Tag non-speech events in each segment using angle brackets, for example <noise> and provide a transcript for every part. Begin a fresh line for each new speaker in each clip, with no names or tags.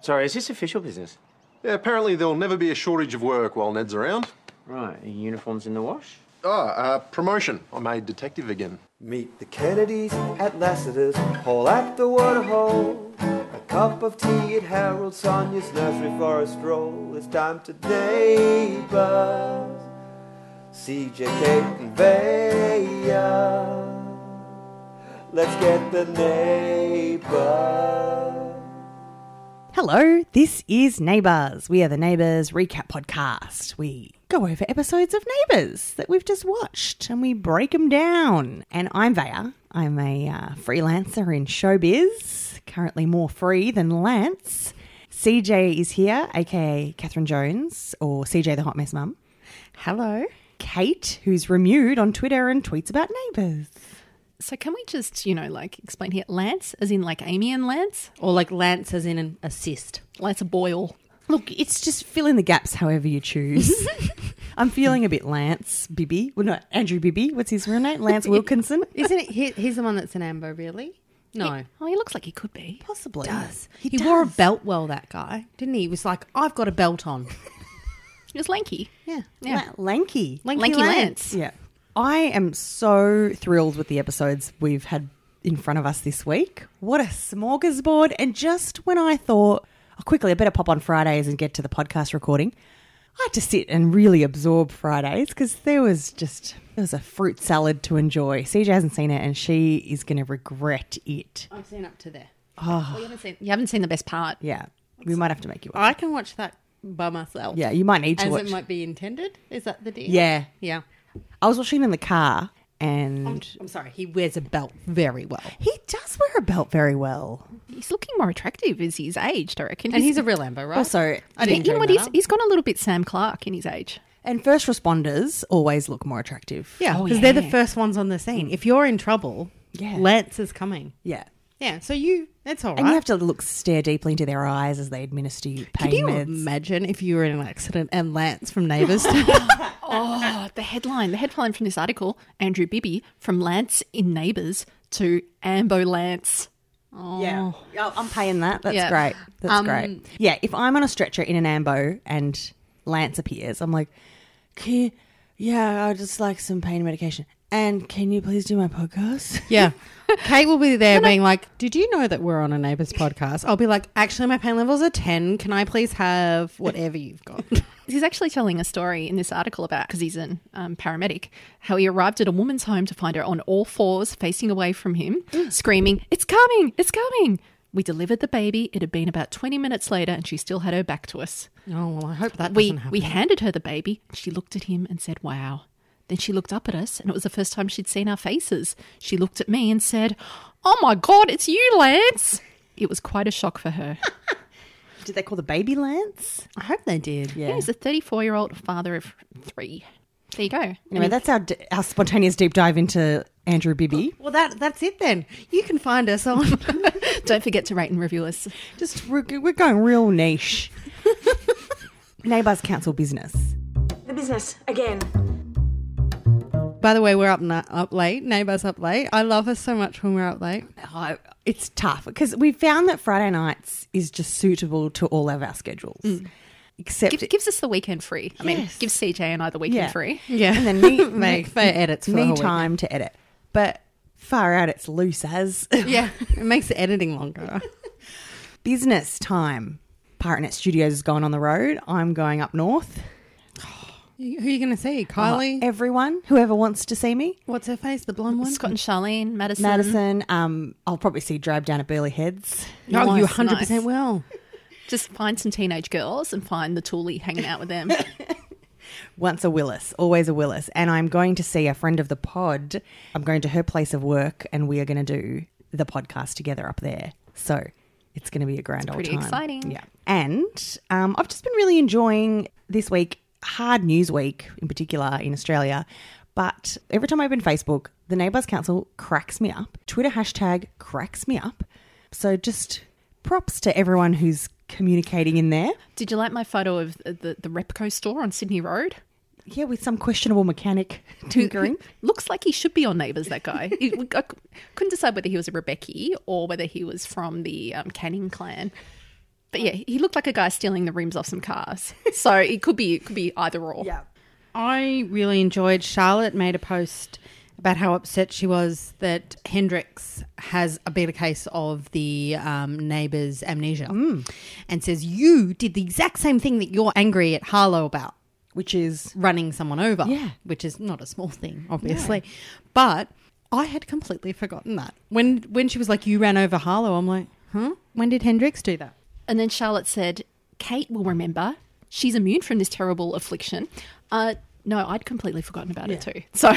Sorry, is this official business?
Yeah, apparently there'll never be a shortage of work while Ned's around.
Right, uniforms in the wash?
Ah, uh, promotion. I made detective again.
Meet the Kennedys at Lassiter's, Hall at the Waterhole. A cup of tea at Harold Sonia's nursery for a stroll. It's time to neighbours. CJ, Kate, and Vaya. Let's get the neighbours.
Hello, this is Neighbours. We are the Neighbours Recap Podcast. We go over episodes of Neighbours that we've just watched and we break them down. And I'm Vaya. I'm a uh, freelancer in showbiz, currently more free than Lance. CJ is here, aka Catherine Jones or CJ the Hot Mess Mum. Hello. Kate, who's renewed on Twitter and tweets about Neighbours.
So can we just, you know, like explain here? Lance, as in like Amy and Lance, or like Lance as in an assist? Lance <laughs> Boyle.
Look, it's just fill in the gaps however you
<laughs>
choose. I'm feeling a bit Lance Bibby. Well, not Andrew Bibby. What's his real name? Lance Wilkinson?
<laughs> Isn't it? He, he's the one that's an amber, really. No,
Oh, he looks like he could be.
Possibly.
he,
He,
wore a
does.
belt well. That guy didn't he? He was like, I've got a belt on.
He was lanky.
Yeah,
La- lanky.
Lanky,
Lanky
Lance.
Lance.
Yeah. I am so thrilled with the episodes we've had in front of us this week. What a smorgasbord. And just when I thought, oh, quickly, I better pop on Fridays and get to the podcast recording, I had to sit and really absorb Fridays because there was just, there was a fruit salad to enjoy. CJ hasn't seen it and she is going to regret it.
I've seen up to there. Ah.
Well, you, haven't seen, you haven't seen the best part.
Yeah. We might have to make you watch.
I can watch that by myself.
Yeah, you might need to
Oh. as
watch.
it might be intended. Is that the deal?
Yeah.
yeah.
I was watching it in the car and
I'm sorry. He wears a belt very well,
he does wear a belt very well.
He's looking more attractive as he's aged, I reckon.
and he's a real amber, right?
Also,
I didn't
you know
bring
what?
that
He's,
up.
he's gone a little bit Sam Clark in his age.
And first responders always look more attractive.
yeah,
Oh,
because they're the
yeah.
first ones on the scene. If you're in trouble,
Yeah.
Lance is coming.
Yeah.
Yeah, so you. That's all right.
And you have to look stare deeply into their eyes as they administer you pain
Can you
meds.
imagine if you were in an accident and Lance from <laughs> Neighbours?
Oh, the headline. The headline from this article Andrew Bibby from Lance in Neighbours to Ambo Lance.
yeah. Oh, I'm paying that. That's
Yeah.
great. That's
Um,
great. Yeah. If I'm on a stretcher in an ambo and Lance appears, I'm like, can you, yeah, I just like some pain medication. And can you please do my podcast? <laughs>
yeah. Kate will be there being like, Did you know that we're on a Neighbours podcast? I'll be like, Actually, my pain levels are 10. Can I please have whatever you've <laughs> got?
He's actually telling a story in this article about, because he's an um, paramedic, how he arrived at a woman's home to find her on all fours, facing away from him,
Mm.
screaming, It's coming! It's coming! We delivered the baby. It had been about 20 minutes later, and she still had her back to us.
oh, well, I hope that
We,
doesn't happen.
we handed her the baby. and She looked at him and said, Wow. Then she looked up at us, and it was the first time she'd seen our faces. She looked at me and said, Oh my God, it's you, Lance! It was quite a shock for her.
Did they call the baby Lance?
I hope they did.
Yeah. He's a 34 year old father of three. There you go.
Anyway, that's our, d- our spontaneous deep dive into Andrew Bibby.
Well, that that's it then. You can find us <laughs> on.
<laughs> Don't forget to rate and review us.
Just we're, we're going real <laughs> niche. Neighbours council business.
The business again.
By the way, we're up, na- up late. Neighbours up late. I love us so much when we're up late.
I- it's tough because we found that Friday nights is just suitable to all of our schedules, except
Give, gives us the weekend free. I mean,
Yes.
gives CJ and I the weekend
Yeah.
free.
Yeah. Mm-hmm.
and
<laughs>
then me,
Make
me-
for edits for the
me
whole
time to edit. But far out, it's loose as
<laughs>
<laughs>
Yeah. it makes the editing <laughs> longer.
business time. Partnet Studios is going on the road. I'm going up north.
You- Who are you going to see? Kylie?
Everyone, whoever wants to see me,
What's her face? The blonde one?
Scott and Charlene, Madison.
Madison. Um, I'll probably see Drab down at Burley Heads.
Oh, you
Nice,
100%
nice.
will.
Just find some teenage girls and find the toolie hanging out with them.
Once a Willis, always a Willis. And I'm going to see a friend of the pod. I'm going to her place of work and we are going to do the podcast together up there. So it's going to be a grand old
pretty
time.
exciting.
Yeah. And um, I've just been really enjoying this week, hard news week in particular in Australia. But every time I open Facebook, the Neighbours Council cracks me up. Twitter hashtag cracks me up. So just props to everyone who's communicating in there.
Did you like my photo of the, the Repco store on Sydney Road?
Yeah, with some questionable
<laughs>
mechanic tinkering.
Looks like he should be on Neighbours, that guy. He- I c- couldn't decide whether he was a Rebecca or whether he was from the um, Canning clan. But yeah, he looked like a guy stealing the rims off some cars. So it could be it could be either or. Yeah.
I really enjoyed. Charlotte made a post about how upset she was that Hendrix has a beta case of the um, neighbor's amnesia and says, You did the exact same thing that you're angry at Harlow about
Which is
running someone over.
Yeah.
Which is not a small thing, obviously. But I had completely forgotten that. When, when she was like, You ran over Harlow, I'm like, Huh? When did Hendrix do that?
And then Charlotte said, Kate will remember. She's immune from this terrible affliction. Uh, no, I'd completely forgotten about it too. <laughs> So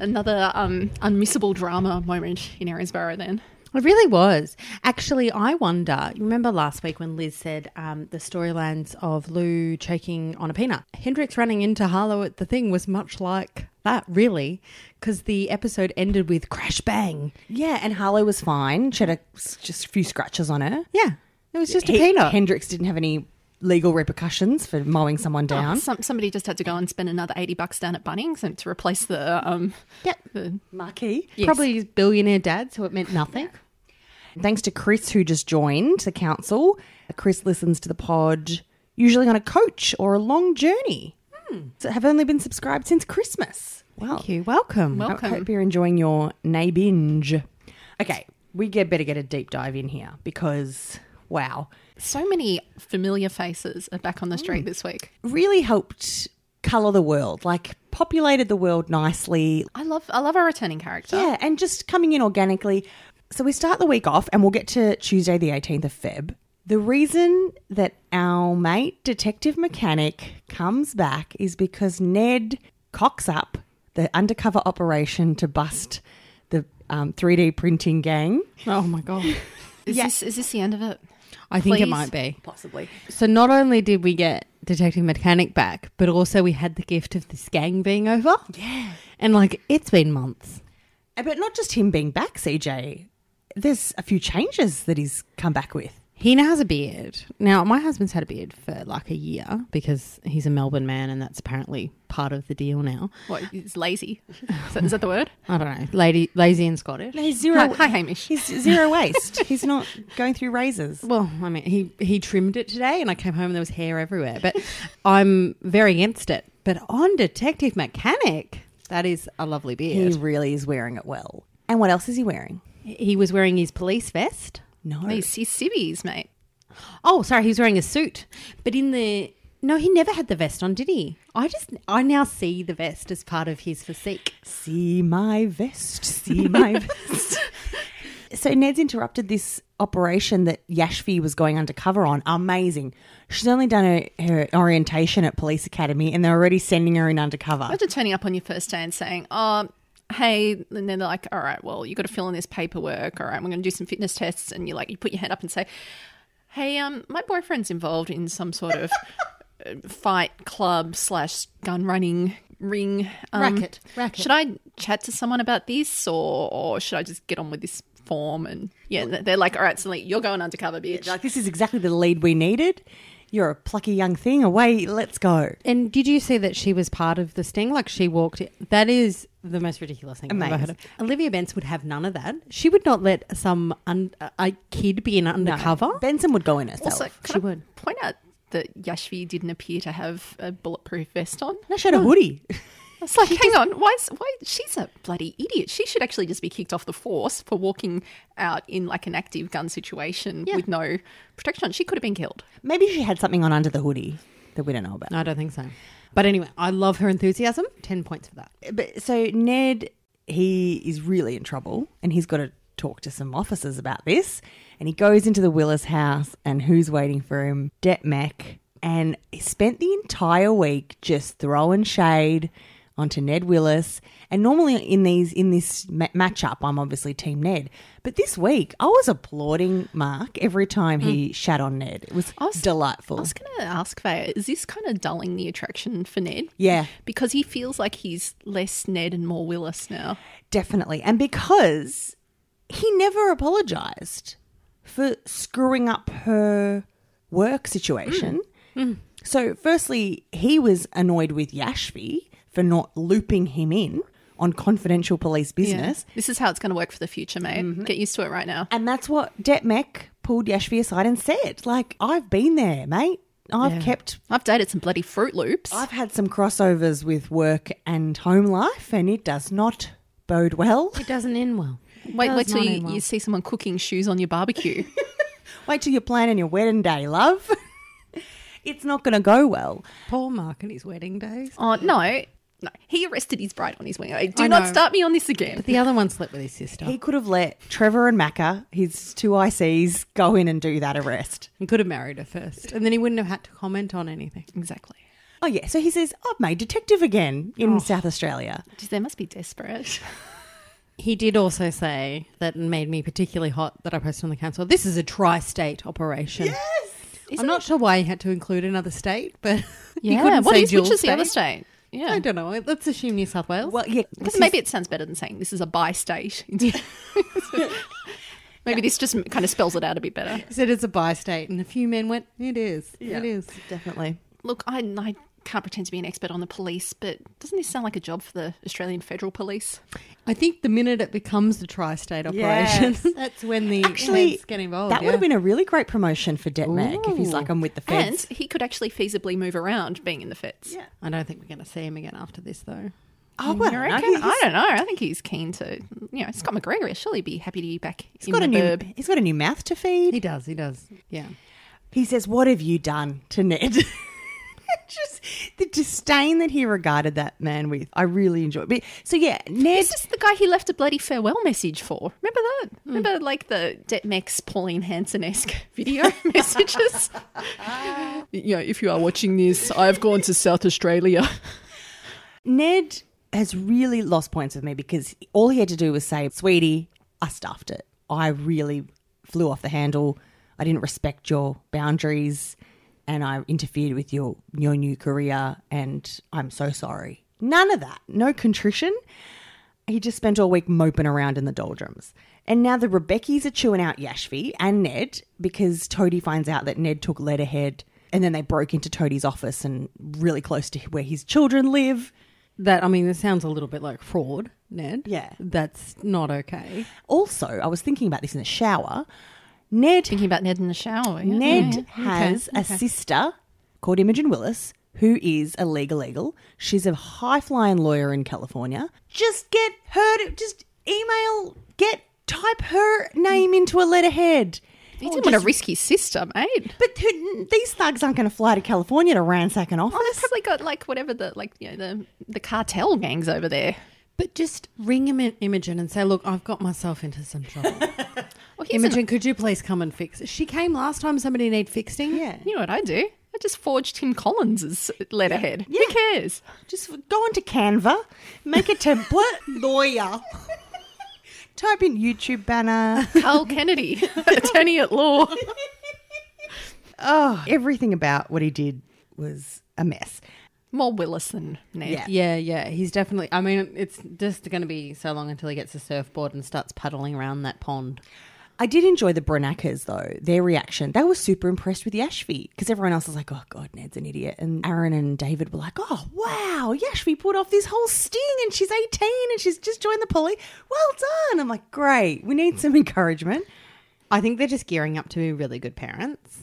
another um, unmissable drama moment in Erinsborough then.
It really was. Actually, I wonder. You remember last week when Liz said um, the storylines of Lou choking on a peanut? Hendrix running into Harlow at the thing was much like that, really, because the episode ended with crash bang.
yeah, and Harlow was fine. She had a, just a few scratches on her.
Yeah, it was just a
He-
peanut.
Hendrix didn't have any legal repercussions for mowing
Oh,
someone down.
Some, somebody just had to go and spend another 80 bucks down at Bunnings and to replace the. Um,
Yep.
the
Marquee.
Probably his billionaire dad, so it meant nothing.
Thanks to Chris, who just joined the council. Chris listens to the pod usually on a coach or a long journey. So have only been subscribed since Christmas. Wow.
Hmm. Thank you. Welcome.
Well-
I
Welcome.
hope you're enjoying your nay binge. Okay, we get better get a deep dive in here because wow,
so many familiar faces are back on the
Mm.
street this week.
really helped color the world, like populated the world nicely.
I love I love our returning character.
Yeah, and just coming in organically. So we start the week off, and we'll get to Tuesday, the 18th of Feb. The reason that our mate, Detective Mechanic, comes back is because Ned cocks up the undercover operation to bust the um, 3D printing gang.
Oh my god.
Is, this, is this the end of it?
I think it
Please.
might be.
Possibly.
<laughs> So not only did we get Detective Mechanic back, but also we had the gift of this gang being over. Yeah. And like it's been months.
Uh, But not just him being back, CJ. There's a few changes that he's come back with.
He now has a beard. Now, my husband's had a beard for like a year because he's a Melbourne man and that's apparently part of the deal now.
What? He's lazy. Is that- is that the word?
I don't know. Lady, lazy and Scottish.
He's
Hi, hi, Hamish.
He's zero waste. he's not going through razors.
Well, I mean, he, he trimmed it today and I came home and there was hair everywhere, but I'm very against it. But on Detective Mechanic, that is a lovely
He
beard.
really is wearing it well. And what else is he wearing?
He, was wearing his police vest.
No.
He's, he's Sibby's, mate.
Oh, sorry, he was wearing a suit. But in the. No, he never had the vest on, did he? I just. I now see the vest as part of his physique.
See my vest. See my <laughs> vest. So Ned's interrupted this operation that Yashvi was going undercover on. Amazing. She's only done her, her orientation at police academy and they're already sending her in undercover.
Imagine turning up on your first day and saying, oh, hey, and then they're like, all right, well, you got to fill in this paperwork. All right, we're going to do some fitness tests. And you like, you put your hand up and say, hey, um, my boyfriend's involved in some sort of uh, fight club slash gun running ring. Um,
Racket, racket.
Should I chat to someone about this or, or should I just get on with this form? And yeah, they're like, all right, so like, you're going undercover, bitch.
Like this is exactly the lead we needed. You're a plucky young thing. Away, let's go.
And did you see that she was part of the sting? Like she walked. In. That is the most ridiculous thing I've ever heard of. Olivia Benz would have none of that. She would not let some un, a kid be an undercover.
Benson would go in herself.
also, can
she
I
would.
point out that Yashvi didn't appear to have a bulletproof vest on?
no, she had a hoodie.
It's like, hang on, why? Is, why? She's a bloody idiot. She should actually just be kicked off the force for walking out in like an active gun situation with no protection. on. She could have been killed.
Maybe she had something on under the hoodie that we don't know about.
No, I don't think so. But anyway, I love her enthusiasm. Ten points for that.
But so Ned, he is really in trouble, and he's got to talk to some officers about this. And he goes into the Willis house, and who's waiting for him? Det Mac, and he spent the entire week just throwing shade onto Ned Willis. And normally in these in this ma- matchup, I'm obviously Team Ned, but this week I was applauding Mark every time he shat on Ned. It was, delightful.
Mm. I was going to ask Vaya, is this kind of dulling the attraction for Ned?
Yeah.
because he feels like he's less Ned and more Willis now.
Definitely. And because he never apologized for screwing up her work situation. So, firstly, he was annoyed with Yashvi for not looping him in on confidential police business.
Mm-hmm. This is how it's going to work for the future, mate. Get used to it right now.
And that's what Detmec pulled Yashvi aside and said, like, I've been there, mate. I've
Yeah.
kept
I've dated some bloody Fruit Loops.
I've had some crossovers with work and home life, and it does not bode well.
It doesn't end well.
wait,
Does
wait till
not
you,
end well.
you see someone cooking shoes on your <laughs> barbecue.
Wait till you're planning your wedding day, love. <laughs> it's not going to go well.
Poor Mark and his wedding days.
oh no, no, he arrested his bride on his wedding day. Do
I
not
know.
start me on this again.
The other one slept with his sister.
He could have let Trevor and Macca, his two ICs, go in and do that arrest.
He could have married her first, and then he wouldn't have had to comment on anything.
Exactly.
Oh, yeah. So he says, I've made detective again
Oh.
in South Australia.
Geez, They must be desperate. <laughs>
He did also say that made me particularly hot that I posted on the council. This is a tri-state operation. Yes. I'm not sure why he had to include another state, but <laughs> he couldn't
what
say
is-
dual
which is the other
state.
state? Yeah,
I don't know. Let's assume New South Wales.
Well, yeah.
Because maybe it sounds better than saying this is a bi <laughs> state. maybe this just kind of spells it out a bit better.
He said it's a bi-state, and a few men went, "It is. It is."
Definitely.
Look, I, I can't pretend to be an expert on the police, but doesn't this sound like a job for the Australian Federal Police?
I think the minute it becomes the tri-state operation, <laughs>
Yes.
that's when the
Actually,
heads get involved.
that
yeah.
would have been a really great promotion for Detmag if he's
Ooh.
like, I'm with the feds.
And he could actually feasibly move around being in the feds. Yeah.
I don't think we're going to see him again after this, though.
oh, well,
I,
no,
reckon,
he's-
I don't know. I think he's keen to, you know, Scott McGregor will surely be happy to be back
he's
in
got
the
a new
burb.
he's got a new mouth to feed.
He does. He does. Yeah.
He says, What have you done to Ned? <laughs> Just the disdain that he regarded that man with. I really enjoyed it. So, yeah, Ned.
This is the guy he left a bloody farewell message for. Remember that? Remember like the Detmex Pauline Hanson esque <laughs> video messages? you know, if you are watching this, I've gone to South Australia.
Ned has really lost points with me because all he had to do was say, Sweetie, I stuffed it. I really flew off the handle. I didn't respect your boundaries and I interfered with your, your new career and I'm so sorry. None of that. No contrition. He just spent all week moping around in the doldrums. And now the Rebeckies are chewing out Yashvi and Ned because Toadie finds out that Ned took letterhead and then they broke into Toadie's office and really close to where his children live.
That I mean, this sounds a little bit like fraud, Ned.
Yeah.
That's not okay.
Also, I was thinking about this in the shower. Ned
Thinking about Ned in the shower. yeah.
Ned has a sister called Imogen Willis who is a legal eagle. She's a high flying lawyer in California. Just get her to just email, get type her name into a letterhead.
He didn't want to risk his sister, mate.
But who, these thugs aren't going to fly to California to ransack an
Oh, they've
office.
probably got like whatever the like you know the the cartel gangs over there.
But just ring him in Imogen and say, look, I've got myself into some <laughs> trouble.
Well, here's an-
Imogen, could you please come and fix it? She came last time somebody need fixing.
yeah.
you know what I do? I just forged Tim Collins's letterhead. Who
<laughs>
cares?
Just go onto Canva, make a template,
<laughs>
lawyer. Type in YouTube banner.
Carl Kennedy, <laughs> attorney
<laughs>
at law.
Everything about what he did was a mess.
More Willis than Ned.
Yeah.
Yeah, yeah. He's definitely I mean, it's just gonna be so long until he gets a surfboard and starts paddling around that pond.
I did enjoy the Branackers though. Their reaction, they were super impressed with Yashvi because everyone else was like, "Oh God, Ned's an idiot," and Aaron and David were like, "Oh wow, Yashvi pulled off this whole sting, and she's eighteen, and she's just joined the police. Well done!" I'm like, "Great, we need some <laughs> encouragement."
I think they're just gearing up to be really good parents.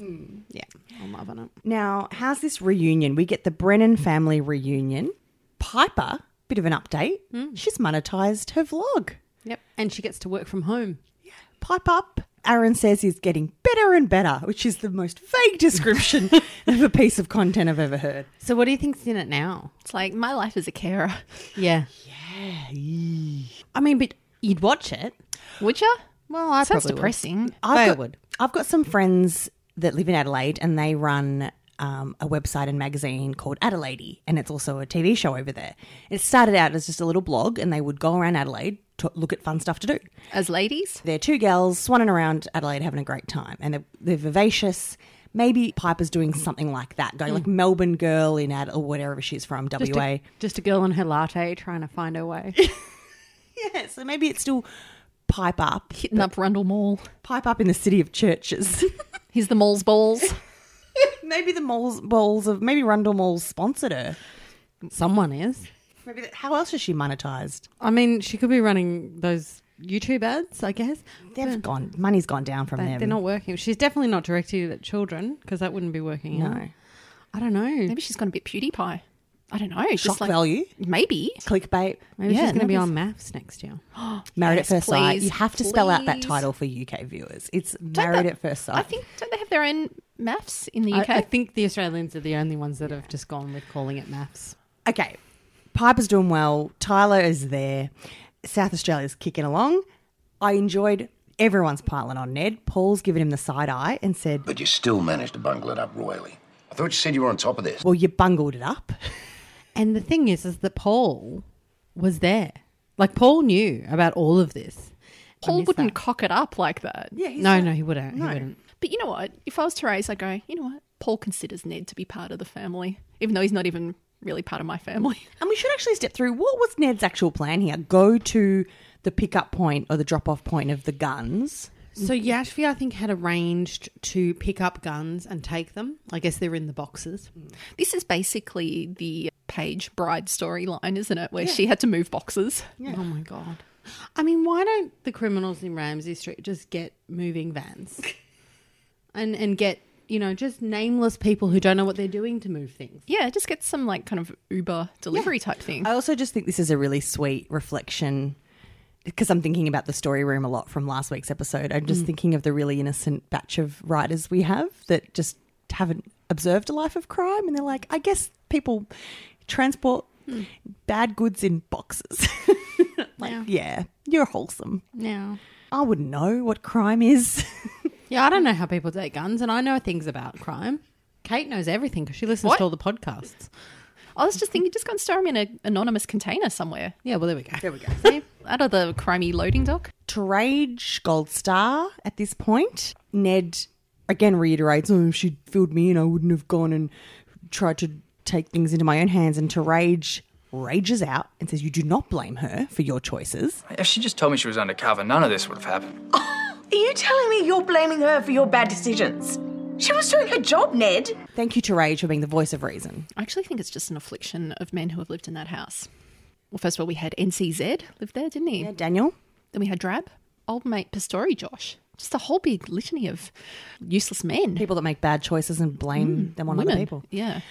Yeah. I'm loving it.
Now, how's this reunion? We get the Brennan family reunion. Piper, bit of an update. She's monetized her vlog.
Yep. And she gets to work from home.
pipe up. Aaron says he's getting better and better, which is the most vague description
<laughs>
of a piece of content I've ever heard.
So what do you think's in it now?
It's like my life as a carer.
Yeah. Yeah. I mean, but you'd watch it.
Would you?
Well, I
Sounds
probably would.
depressing.
I
got,
would.
I've got some friends that live in Adelaide and they run um, a website and magazine called Adelaide, and it's also a TV show over there. It started out as just a little blog, and they would go around Adelaide to look at fun stuff to do.
As ladies,
They're two gals swanning around Adelaide having a great time, and they're, they're vivacious. Maybe Piper's doing something like that, going
Hmm.
like Melbourne girl in Adelaide or wherever she's from,
Just
WA.
<laughs>
a, just a girl on her latte trying to find her <laughs> way.
Yeah, so maybe it's still pipe up,
hitting up Rundle Mall.
pipe up in the city of churches. <laughs>
Here's the mall's balls.
maybe the malls, balls of maybe Rundle Mall sponsored her.
Someone is.
Maybe that, how else is she monetized?
I mean, she could be running those YouTube ads, I guess.
They've gone. Money's gone down from
They-
them.
They're not working. She's definitely not directed at children because that wouldn't be working.
No.
out. I don't know.
<laughs> Maybe she's gone a bit PewDiePie. I don't know. Just
Shock
like,
value.
Maybe.
Clickbait.
Maybe she's going to be
nothing's-
on maths next year.
Married
Yes,
at First Sight.
please,
You have to spell out that
please.
title for UK viewers. It's
Don't
Married
they-
at First Sight.
I think, don't they have their own maths in the UK?
I, I think the Australians are the only ones that have just gone with calling it maths.
Okay. Piper's doing well. Tyler is there. South Australia's kicking along. I enjoyed everyone's piling on Ned. Paul's given him the side eye and said,
But you still managed to bungle it up royally. I thought you said you were on top of this.
Well, you bungled it up.
And the thing is, is that Paul was there. Like Paul knew about all of this. I
Paul
miss
wouldn't
that.
cock it up like that. Yeah.
No, no, he wouldn't. He wouldn't.
But you know what? If I was Therese, I'd go, you know what? Paul considers Ned to be part of the family, even though he's not even really part of my family. <laughs>
And we should actually step through what was Ned's actual plan here? Go to the pickup point or the drop off point of the guns.
So Yashvi, I think, had arranged to pick up guns and take them. I guess they're in the boxes.
This is basically the Page bride storyline, isn't it? Where she had to move boxes.
Oh my god! I mean, why don't the criminals in Ramsey Street just get moving vans, <laughs> and and get you know just nameless people who don't know what they're doing to move things?
Yeah, just get some like kind of Uber delivery type thing.
I also just think this is a really sweet reflection because I'm thinking about the story room a lot from last week's episode. I'm just thinking of the really innocent batch of writers we have that just haven't observed a life of crime and they're like, I guess people transport bad goods in boxes. like, <laughs> yeah. you're wholesome.
No.
I wouldn't know what crime is. <laughs>
Yeah, I don't know how people take guns, and I know things about crime. Kate knows everything because she listens
What?
to all the podcasts.
I was just thinking, just go and store them in an anonymous container somewhere
Yeah, well, there we go. There we go.
out of the crimey loading dock.
to rage gold star at this point ned again reiterates oh if she'd filled me in i wouldn't have gone and tried to take things into my own hands and to rage rages out and says you do not blame her for your choices
If she just told me she was undercover, none of this would have happened.
Are you telling me you're blaming her for your bad decisions? She was doing her job, Ned.
thank you to rage for being the voice of reason
I actually think it's just an affliction of men who have lived in that house. Well, first of all, we had NCZ lived there, didn't he?
yeah daniel
Then we had Drab, old mate Pastori Josh. Just a whole big litany of useless men.
people that make bad choices and blame them on
women.
other people
Yeah.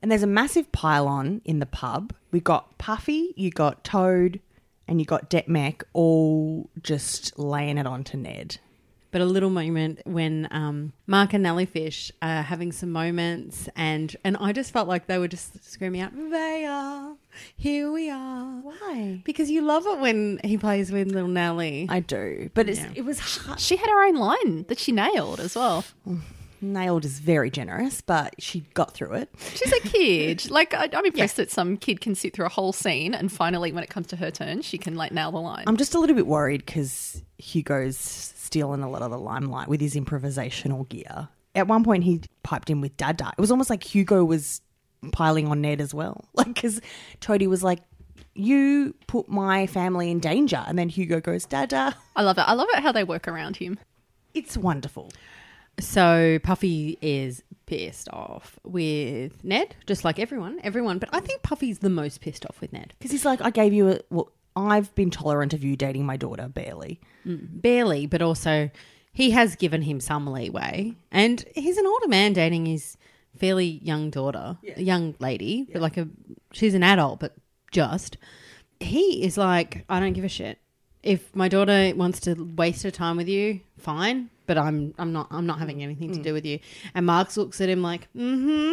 and there's a massive pile on in the pub we got puffy you got toad and you got detmec all just laying it on to ned
But a little moment when um, Mark and Nelly Fish are having some moments, and and I just felt like they were just screaming out, "They are here, we are."
Why?
Because you love it when he plays with little Nelly.
I do, but it's, it was hard.
She had her own line that she nailed as well.
nailed is very generous, but she got through it.
She's a
<laughs>
kid. like, I, I'm impressed that some kid can sit through a whole scene and finally, when it comes to her turn, she can, like, nail the line.
I'm just a little bit worried because Hugo's stealing a lot of the limelight with his improvisational gear. At one point, he piped in with Dada. It was almost like Hugo was piling on Ned as well, <laughs> like because Toadie was like, "You put my family in danger," and then Hugo goes, "Dada." <laughs>
I love it. I love it how they work around him.
It's wonderful.
So Puffy is pissed off with Ned, just like everyone, everyone. But I think Puffy's the most pissed off with Ned.
Because he's like, I gave you a, well, I've been tolerant of you dating my daughter, barely.
Mm. barely, but also he has given him some leeway. And he's an older man dating his fairly young daughter, a young lady, but like a she's an adult, but just he is like, I don't give a shit. If my daughter wants to waste her time with you, fine. But I'm I'm not I'm not having anything to do with you. And Marks looks at him like, mm-hmm.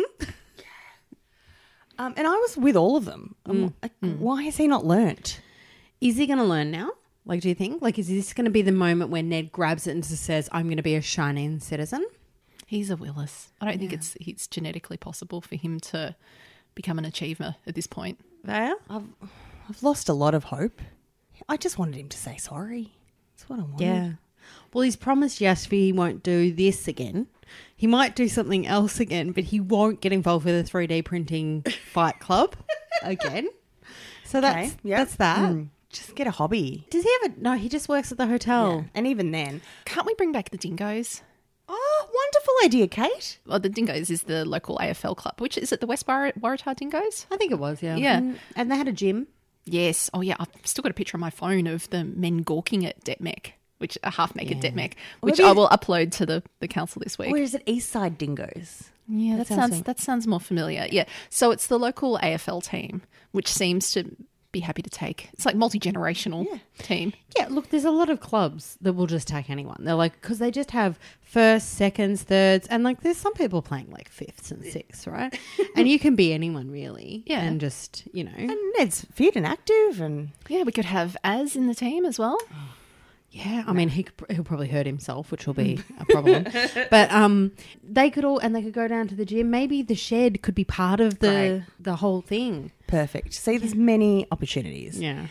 Um, and I was with all of them. I'm like, Why has he not learnt?
Is he going to learn now? Like, do you think? Like, is this going to be the moment where Ned grabs it and just says, "I'm going to be a shining citizen"?
He's a Willis. I don't think it's it's genetically possible for him to become an achiever at this point.
There,
I've lost a lot of hope. I just wanted him to say sorry. That's what I wanted.
Yeah. Well, he's promised Yasvi he won't do this again. He might do something else again, but he won't get involved with a 3D <laughs> printing fight club again. So that's
yeah.
that's that.
Hmm. Just get a hobby.
Does he ever? No, he just works at the hotel.
And even then.
Can't we bring back the dingoes?
Oh, wonderful idea, Kate.
Well, the dingoes is the local AFL club, which is at the West Bar- Waratah Dingoes.
I think it was. Yeah. Mm.
Yeah.
And they had a gym.
Yes. Oh, yeah. I've still got a picture on my phone of the men gawking at Detmec, which a half naked yeah. which
maybe-
I will upload to the, the council this week.
Or is it East Side Dingoes?
Yeah, that, sounds that sounds more familiar. Yeah. So it's the local AFL team, which seems to be happy to take. It's like multi generational team.
Yeah, look, there's a lot of clubs that will just take anyone. They're like, because they just have first, seconds, thirds, and like there's some people playing like fifths and sixths, <laughs> right? and you can be anyone really.
Yeah.
And just, you know.
And it's fit and active and
Yeah, we could have Az in the team as well.
yeah, I mean, he could, he'll probably hurt himself, which will <laughs> be a problem. but um, they could all, and they could go down to the gym. Maybe the shed could be part of the the whole thing.
perfect. See, there's many opportunities.
Yeah.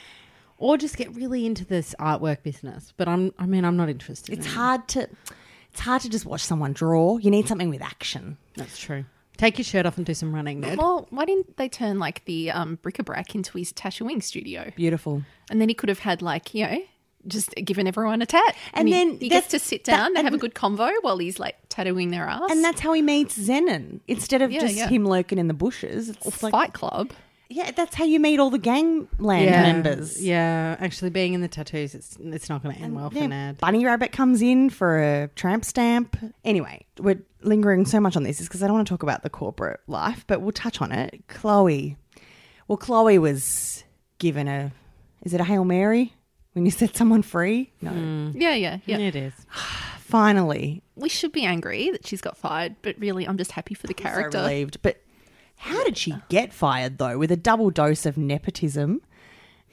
Or just get really into this artwork business. But I'm, I mean, I'm not interested.
It's
in it.
hard to it's hard to just watch someone draw. You need something with action.
That's true. Take your shirt off and do some running, Ned.
Well, why didn't they turn like the um, bric-a-brac into his tattooing studio?
Beautiful.
And then he could have had like, you know, just given everyone a tat.
And
he-
then
he, gets
that's-
to sit
that-
down and have a
and-
good convo while he's like tattooing their ass.
And that's how he meets Zenon. Instead of
Yeah,
just
yeah.
him lurking in the bushes, it's like
Fight Club.
yeah, that's how you meet all the gangland members.
Yeah, actually, being in the tattoos, it's it's not going to end well for Ned.
Bunny Rabbit comes in for a tramp stamp. Anyway, we're lingering so much on this is because I don't want to talk about the corporate life, but we'll touch on it. Chloe. Well, Chloe was given a is it a Hail Mary when you <laughs> set someone free? No.
Hmm.
Yeah, yeah, yeah.
It is.
Finally.
We should be angry that she's got fired, but really, I'm just happy for the character.
So relieved. But how did she get fired though? With a double dose of nepotism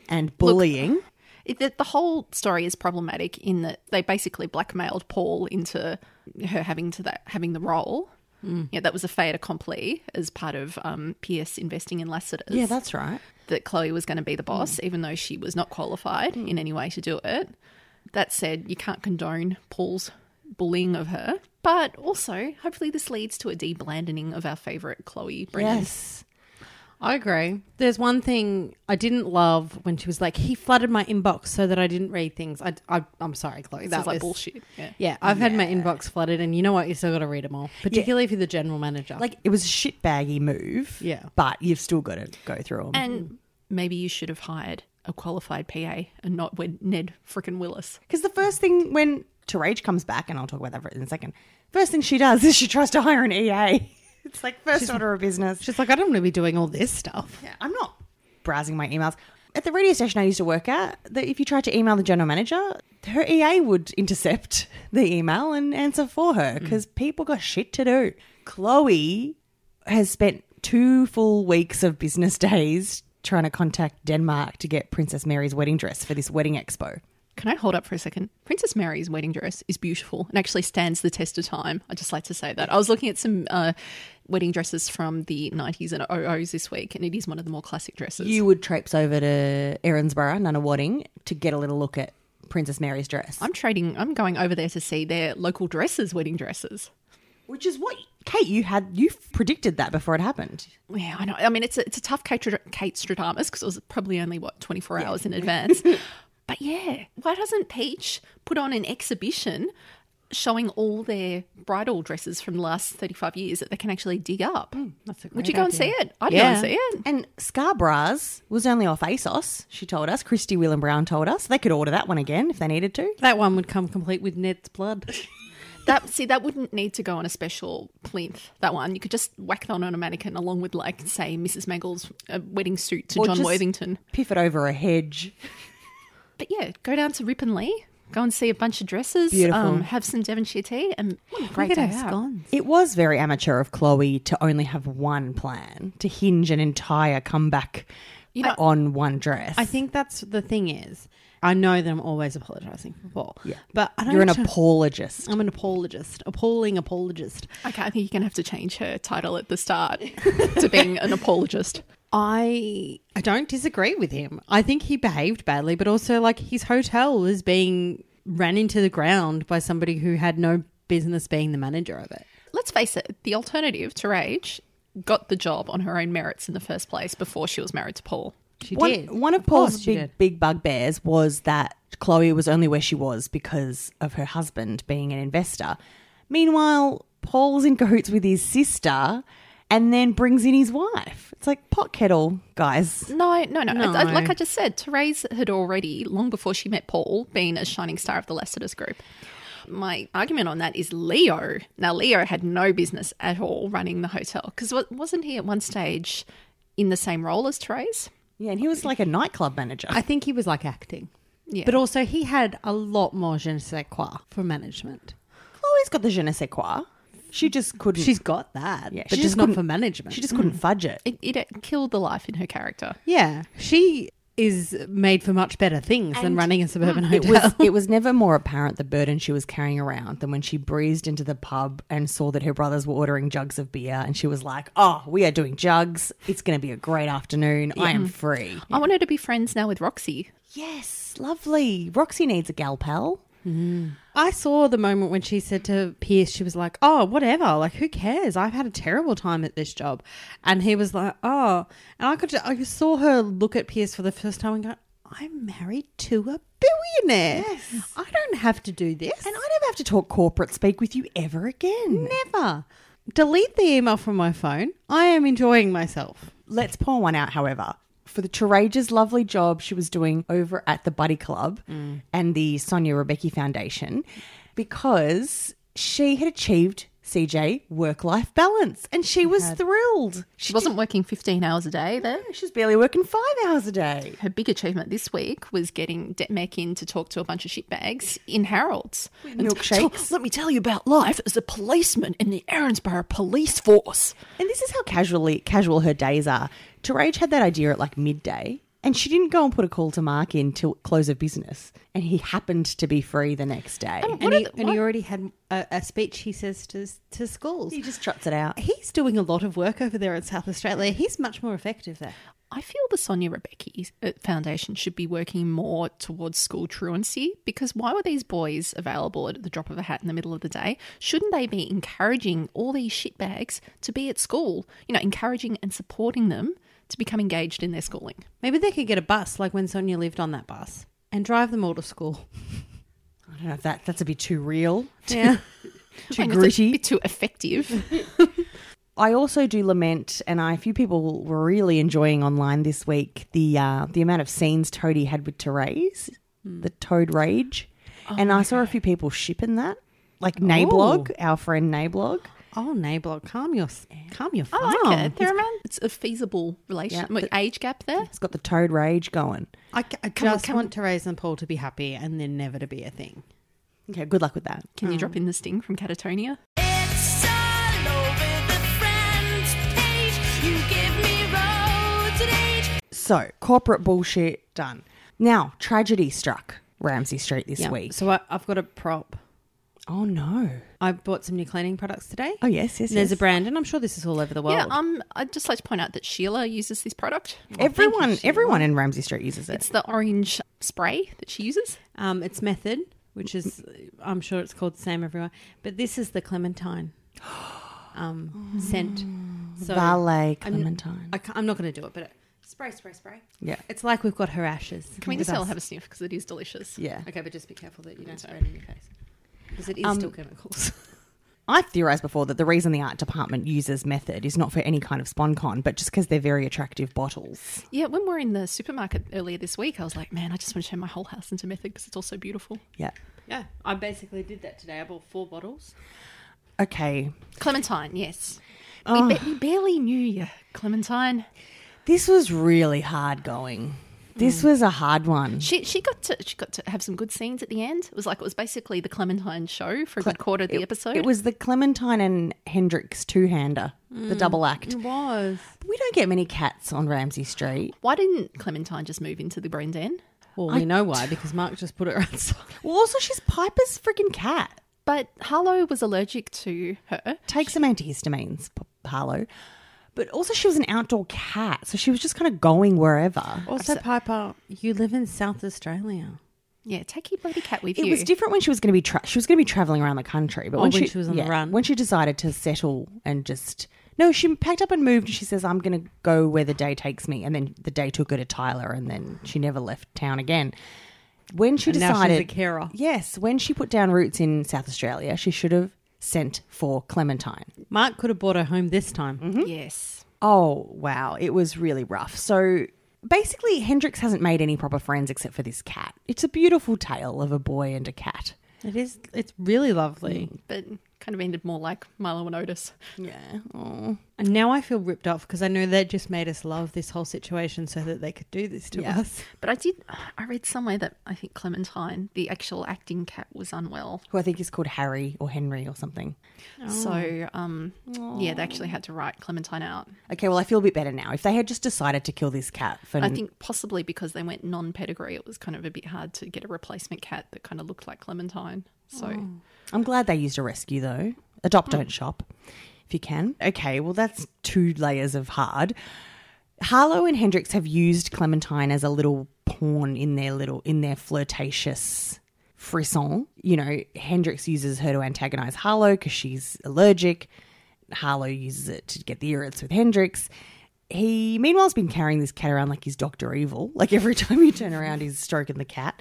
and bullying.
it, the, the whole story is problematic in that they basically blackmailed Paul into her having to that having the role.
Mm.
Yeah, that was a fait accompli as part of um, Pierce investing in Lassiter's.
yeah, that's right.
that Chloe was going to be the boss, even though she was not qualified in any way to do it. That said, you can't condone Paul's bullying of her, but also hopefully this leads to a deblandening of our favourite Chloe Brennan.
Yes.
I agree. There's one thing I didn't love when she was like, he flooded my inbox so that I didn't read things. I, I, am sorry, Chloe.
That
That
was like
was-
bullshit. Yeah.
Yeah, I've had my inbox flooded, and you know what? You still got to read them all, particularly if you're the general manager.
Like it was a shitbaggy move.
Yeah.
But you've still got to go through them.
And maybe you should have hired a qualified PA and not when Ned frickin' Willis.
Because the first thing when Terage comes back, and I'll talk about that in a second, first thing she does is she tries to hire an EA. <laughs> It's like first order of business.
she's like, I don't want to be doing all this stuff.
Yeah, I'm not browsing my emails. At the radio station I used to work at, that if you tried to email the general manager, her EA would intercept <laughs> the email and answer for her because people got shit to do. Chloe has spent two full weeks of business <laughs> days trying to contact Denmark to get Princess Mary's wedding dress for this wedding expo.
Can I hold up for a second? Princess Mary's wedding dress is beautiful and actually stands the test of time. I just like to say that. I was looking at some uh, wedding dresses from the 90s and 00s this week, and it is one of the more classic dresses.
You would traipse over to Erinsborough, Nunna Wadding, to get a little look at Princess Mary's dress,
I'm trading, I'm going over there to see their local dresses, wedding dresses.
which is what Kate you had you predicted that before it happened.
Yeah, I know. I mean, it's a, it's a tough Kate, Kate Stradamus because it was probably only, what, 24 hours
<laughs>
in advance. but yeah, why doesn't Peach put on an exhibition showing all their bridal dresses from the last 35 years that they can actually dig up?
Hmm, That's a
Would
great
you go and
idea.
see it? I'd
Yeah.
go and see it.
And Scarbras was only off ASOS, she told us. Christy Whelan Brown told us. They could order that one again if they needed to.
That one would come complete with Ned's blood.
That see, that wouldn't need to go on a special plinth. That one you could just whack that on a mannequin along with like say Mrs. Mangle's uh, wedding suit to
Or
John
just
Worthington.
Piff it over a hedge.
But yeah, go down to Ripon Lee, go and see a bunch of dresses,
Beautiful.
um, have some Devonshire tea, and what a great day out.
It was very amateur of Chloe to only have one plan, to hinge an entire comeback
know-
on one dress.
<laughs> I think that's the thing is, I know that I'm always apologising for Paul. Yeah. But I don't
You're an
actually-
apologist.
I'm an apologist, appalling apologist.
Okay, I think you're gonna have to change her title at the start <laughs> to being an apologist.
I I don't disagree with him. I think he behaved badly, but also like his hotel was being ran into the ground by somebody who had no business being the manager of it.
Let's face it, the alternative to Rage got the job on her own merits in the first place before she was married to Paul.
She
one,
did.
One of
course
Paul's
she
big,
did.
big bugbears was that Chloe was only where she was because of her husband being an investor. Meanwhile, Paul's in cahoots with his sister and then brings in his wife. It's like pot kettle, guys.
No, no, no. I- I-
No.
like I just said, Therese had already, long before she met Paul, been a shining star of the Lassiter's group. My argument on that is Leo. Now, Leo had no business at all running the hotel because wasn't he at one stage in the same role as Therese?
Yeah, and he was like a nightclub manager.
I think he was like acting.
Yeah.
But also, he had a lot more je ne sais quoi for management.
Chloe's got the je ne sais quoi. She just couldn't.
She's got that,
Yeah,
but
she
Mm. just
just
not
couldn't-
for management.
she just couldn't fudge it.
It, it, it killed the life in her character.
yeah, she is made for much better things than running a <gasps> suburban
It <laughs>
hotel.
was, it was never more apparent the burden she was carrying around than when she breezed into the pub and saw that her brothers were ordering jugs of beer. And she was like, Oh, we are doing jugs. It's going to be a great afternoon. I am free.
I wanted to be friends now with Roxy.
Yes, lovely. Roxy needs a gal pal.
I saw the moment when she said to Pierce, she was like, "Oh, whatever. Like, who cares? I've had a terrible time at this job," and he was like, "Oh," and I could just, I just saw her look at Pierce for the first time and go, "I'm married to a billionaire. Yes. I don't have to do this."
And I never have to talk corporate speak with you ever again.
Never. Delete the email from my phone. I am enjoying myself.
Let's pour one out, however. For the Tarage's lovely job she was doing over at the Buddy Club and the Sonia Rebecca Foundation, because she had achieved CJ work life balance and she was thrilled.
She wasn't working 15 hours a day there.
She was barely working five hours a day.
Her big achievement this week was getting Detmek in to talk to a bunch of shitbags in Harold's.
Milkshakes.
Let me tell you about life as a policeman in the Erinsborough Police Force.
And this is how casually casual her days are. Tarage had that idea at like midday, and she didn't go and put a call to Mark in till close of business. And he happened to be free the next day.
And he, and he already had a, a speech. He says to to schools.
He just trots it out.
He's doing a lot of work over there in South Australia. He's much more effective there.
I feel the Sonia Rebecca uh, Foundation should be working more towards school truancy because why were these boys available at the drop of a hat in the middle of the day? Shouldn't they be encouraging all these shitbags to be at school? You know, encouraging and supporting them to become engaged in their schooling.
Maybe they could get a bus, like when Sonia lived on that bus, and drive them all to school. <laughs>
I don't know if that, that's a bit too real, <laughs>
Yeah.
too
I mean, it's a
gritty.
bit too effective.
I also do lament, and I, a few people were really enjoying online this week the uh, the amount of scenes Toadie had with Therese,
Hmm.
the Toad Rage,
Oh,
and I saw a few people shipping that, like Nablog, our friend Nablog.
oh, Nablog, calm your calm your farm.
I like it. They're around. It's a feasible relation.
Yeah, but-
age gap there.
It's got the Toad Rage going.
I, I just want Therese and Paul to be happy, and then never to be a thing.
Okay, good luck with that.
Can you drop in the sting from Catatonia?
It's all over the front page. You give me roads and age.
So corporate bullshit done. Now tragedy struck Ramsey Street this week.
So I, I've got a prop.
Oh no!
I bought some new cleaning products today.
Oh yes, yes.
And there's
yes.
a brand, and I'm sure this is all over the world.
Yeah. Um. I'd just like to point out that Sheila uses this product.
Oh,
Everyone, everyone in Ramsey Street uses it.
It's the orange spray that she uses.
Um, it's Method, which is, I'm sure it's called the same everywhere. But this is the Clementine <gasps> um, scent.
Mm.
So
Valet Clementine.
I can't, I'm not going to do it, but it, spray, spray, spray.
Yeah.
It's like we've got her ashes.
Can we just all have a sniff because it is delicious?
yeah.
Okay, but just be careful that you don't spray it in your face. Because it is still chemicals. <laughs>
I've theorized before that the reason the art department uses method is not for any kind of SponCon, but just because they're very attractive bottles.
Yeah. When we were in the supermarket earlier this week, I was like, man, I just want to turn my whole house into method because it's all so beautiful.
Yeah.
yeah, I basically did that today. I bought four bottles.
Okay.
Clementine. Yes.
Oh.
We, ba- we barely knew you, Clementine.
This was really hard going. This was a hard one.
Hmm. She she got to she got to have some good scenes at the end. It was like it was basically the Clementine show for a good quarter of the episode.
It was the Clementine and Hendrix two hander,
Hmm.
the double act.
Was.
We don't get many cats on Ramsey Street.
Why didn't Clementine just move into the Brendan?
Well, we know why, because Mark just put it <laughs> outside.
Well, also, she's Piper's freaking cat.
But Harlow was allergic to her.
Take some antihistamines, P- Harlow. But also, she was an outdoor cat, so she was just kind of going wherever.
Also, Piper, you live in South Australia.
Yeah, take your bloody cat with
It
you.
was different when she was going to be tra- she was going to be traveling around the country, but
Or
Oh, when,
when she was on the run.
when she decided to settle and just no, she packed up and moved. And she says, "I'm going to go where the day takes me," and then the day took her to Tyler, and then she never left town again. When she
And now she's
decided,
a carer.
yes, when she put down roots in South Australia, she should have sent for Clementine.
Mark could have brought her home this time.
Yes.
Oh, wow. It was really rough. So basically, Hendrix hasn't made any proper friends except for this cat. It's a beautiful tale of a boy and a cat.
It is. It's really lovely.
But kind of ended more like Milo and Otis.
Yeah. Oh.
And now I feel ripped off because I know they just made us love this whole situation so that they could do this to us.
But I did, I read somewhere that I think Clementine, the actual acting cat, was unwell.
Who I think is called Harry or Henry or something.
So,
Oh.
um, yeah, they actually had to write Clementine out.
Okay, well, I feel a bit better now. If they had just decided to kill this cat for.
I think possibly because they went non pedigree, it was kind of a bit hard to get a replacement cat that kind of looked like Clementine. So,
I'm glad they used a rescue though. Adopt, don't shop if you can. Okay, well, that's two layers of hard. Harlow and Hendrix have used Clementine as a little pawn in their little in their flirtatious frisson. You know, Hendrix uses her to antagonize Harlow because she's allergic. Harlow uses it to get the irrits with Hendrix. He meanwhil's been carrying this cat around like he's Doctor Evil. Like every <laughs> time you turn around, he's stroking the cat.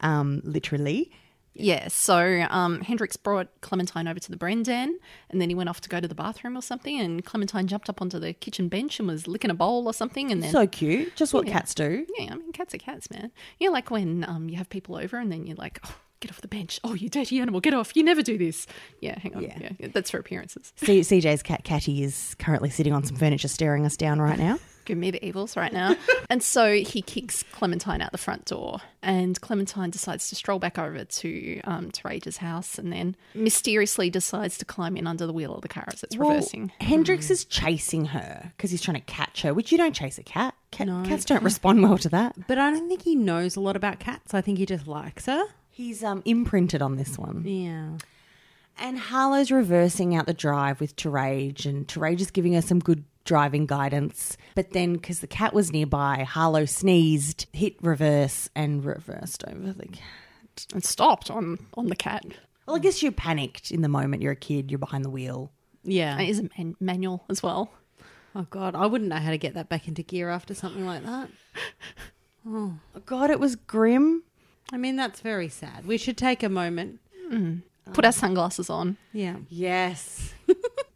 Um, literally.
yeah. So, um, Hendrix brought Clementine over to the Brendan and then he went off to go to the bathroom or something. And Clementine jumped up onto the kitchen bench and was licking a bowl or something. And then.
So cute. Just what cats do.
Yeah, I mean, cats are cats, man. You know, like when um, you have people over and then you're like, oh, get off the bench. Oh, you dirty animal, get off. You never do this. Yeah, hang on. Yeah, yeah, that's for appearances.
C- CJ's cat Catty is currently sitting on some furniture staring us down right now.
Good medievals right now. and so he kicks Clementine out the front door, and Clementine decides to stroll back over to um, Terage's house and then mysteriously decides to climb in under the wheel of the car as it's reversing.
Hendrix is chasing her because he's trying to catch her, which you don't chase a cat. Cat- Cats don't respond well to that.
But I don't think he knows a lot about cats. I think he just likes her.
He's um, imprinted on this one.
Yeah.
And Harlow's reversing out the drive with Terage, and Terage is giving her some good driving guidance. But then, because the cat was nearby, Harlow sneezed, hit reverse, and reversed over the cat.
And stopped on, on the cat.
Well, I guess you panicked in the moment. You're a kid, you're behind the wheel.
Yeah.
It is a man- manual as well.
oh God, I wouldn't know how to get that back into gear after something like that.
God, it was grim.
I mean, that's very sad. We should take a moment.
Put our sunglasses on.
Yeah. <laughs>
Yes.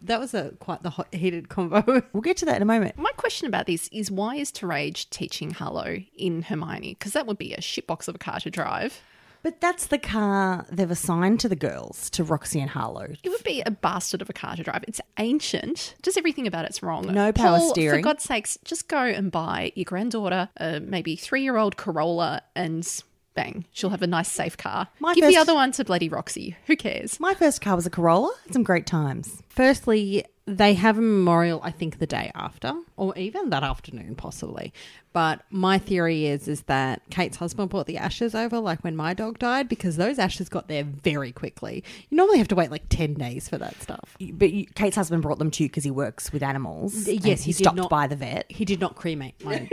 That was a quite the hot, heated convo. <laughs>
We'll get to that in a moment.
My question about this is why is Terage teaching Harlow in Hermione? Because that would be a shitbox of a car to drive.
But that's the car they've assigned to the girls, to Roxy and Harlow.
It would be a bastard of a car to drive. It's ancient. Just everything about it's wrong.
No power
Paul,
steering.
For God's sakes, just go and buy your granddaughter a maybe three year old Corolla and bang, she'll have a nice safe car.
My
Give
first-
the other one to bloody Roxy. Who cares?
My first car was a Corolla. Had some great times.
Firstly, they have a memorial, I think, the day after, or even that afternoon, possibly. But my theory is is that Kate's husband brought the ashes over, like when my dog died, because those ashes got there very quickly. You normally have to wait like ten days for that stuff.
But you, Kate's husband brought them to you because he works with animals.
Yes,
and
he
he,
did
stopped
not-
by the vet.
He did not cremate my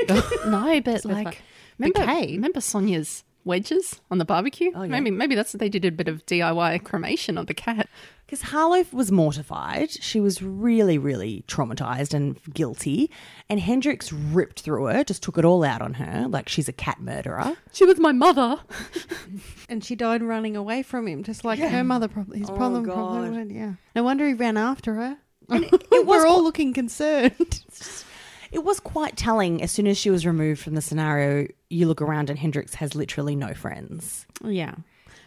No, but like, remember,
Bouquet.
remember Sonia's wedges on the barbecue? Maybe maybe that's what they did a bit of DIY cremation on the cat.
Because Harlow was mortified. She was really, really traumatized and guilty. And Hendrix ripped through her, just took it all out on her, like she's a cat murderer.
She was my mother.
and she died running away from him, just like her mother. Probably his problem. Probably would, yeah. No wonder he ran after her. <laughs> We're all looking concerned. <laughs>
It was quite telling. As soon as she was removed from the scenario, you look around and Hendrix has literally no friends.
Yeah.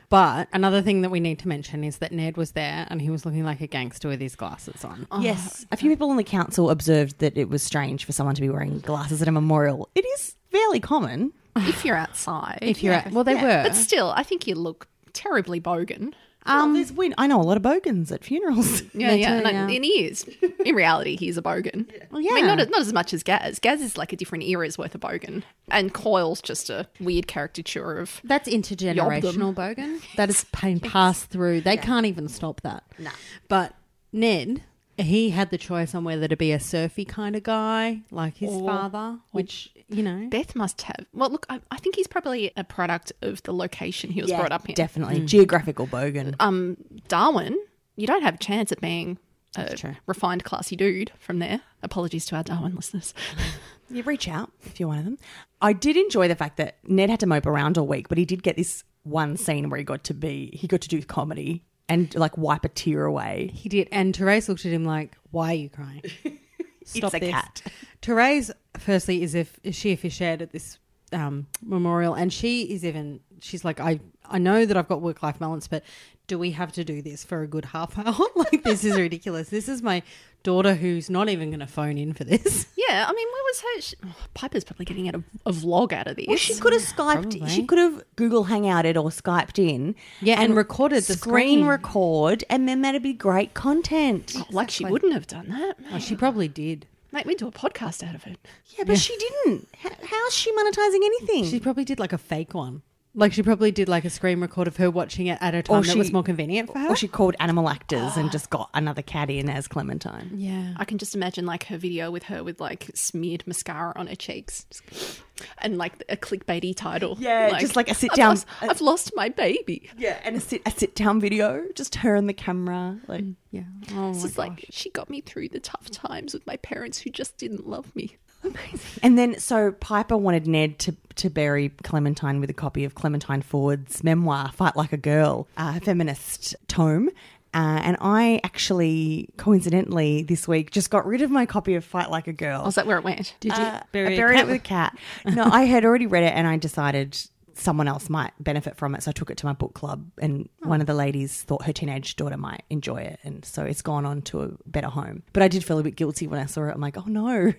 But another thing that we need to mention is that Ned was there and he was looking like a gangster with his glasses on.
Yes. A few people in the council observed that it was strange for someone to be wearing glasses at a memorial. It is fairly common.
if you're outside.
If you're at, well, they were.
But still, I think you look terribly bogan.
Um, there's win- I know a lot of bogans at funerals.
Yeah, yeah, and, I-
yeah.
and he is. In reality, he's a bogan. I mean, not, not as much as Gaz. Gaz is like a different era's worth of bogan. And Coyle's just a weird caricature of.
That's intergenerational <laughs> bogan. That is pain passed through. They can't even stop that. No. But Ned, he had the choice on whether to be a surfy kind of guy, like his father, which, you know.
Beth must have. Well, look, I, I think he's probably a product of the location he was brought up in.
Definitely. Geographical bogan.
Darwin, you don't have a chance at being a
true.
refined, classy dude from there. Apologies to our Darwin <laughs> listeners.
you reach out if you're one of them. I did enjoy the fact that Ned had to mope around all week, but he did get this one scene where he got to be, he got to do comedy. and like wipe a tear away.
He did. And Therese looked at him like, Why are you crying? Stop
a
this.
cat.
Therese, firstly, is if is she officiated at this um, memorial and she is even she's like, I I know that I've got work life balance, but do we have to do this for a good half hour? <laughs> like this is ridiculous. This is my daughter who's not even gonna phone in for this.
Yeah, I mean, where was her? She, oh, Piper's probably getting out a, a vlog out of this.
Well, she could have Skyped. She
Probably.
could have Google Hangouted or Skyped in.
Yeah, <laughs> and recorded the
screen
screen. Oh,
record, and then that'd be great content.
like she wouldn't have done that. Mate,
She probably did.
Mate, we'd do a podcast out of it.
Yeah, but she didn't. H- how's she monetizing anything?
She probably did like a fake one. Like she probably did like a screen record of her watching it at a time that was more convenient for her.
Or she called animal actors
<gasps>
and just got another cat in as Clementine.
yeah.
I can just imagine like her video with her with like smeared mascara on her cheeks, and like a clickbaity title.
Yeah, just like a sit
"I've
down-
lost- I've lost my baby.
Yeah, and a sit a sit down video, just her and the camera. Like,
Yeah. Oh
It's
my
just like she got me through the tough times with my parents who just didn't love me.
and then so Piper wanted Ned to to bury Clementine with a copy of Clementine Ford's memoir, "Fight Like a Girl," a feminist tome. Uh, and I actually, coincidentally, this week just got rid of my copy of "Fight Like a Girl."
I was like, where it went.
Did you
Uh, I
bury a
buried
cat
it with a
<laughs>
cat. No, I had already read it and I decided someone else might benefit from it. So I took it to my book club and
Oh.
one of the ladies thought her teenage daughter might enjoy it. And so it's gone on to a better home. But I did feel a bit guilty when I saw it. I'm like, oh no,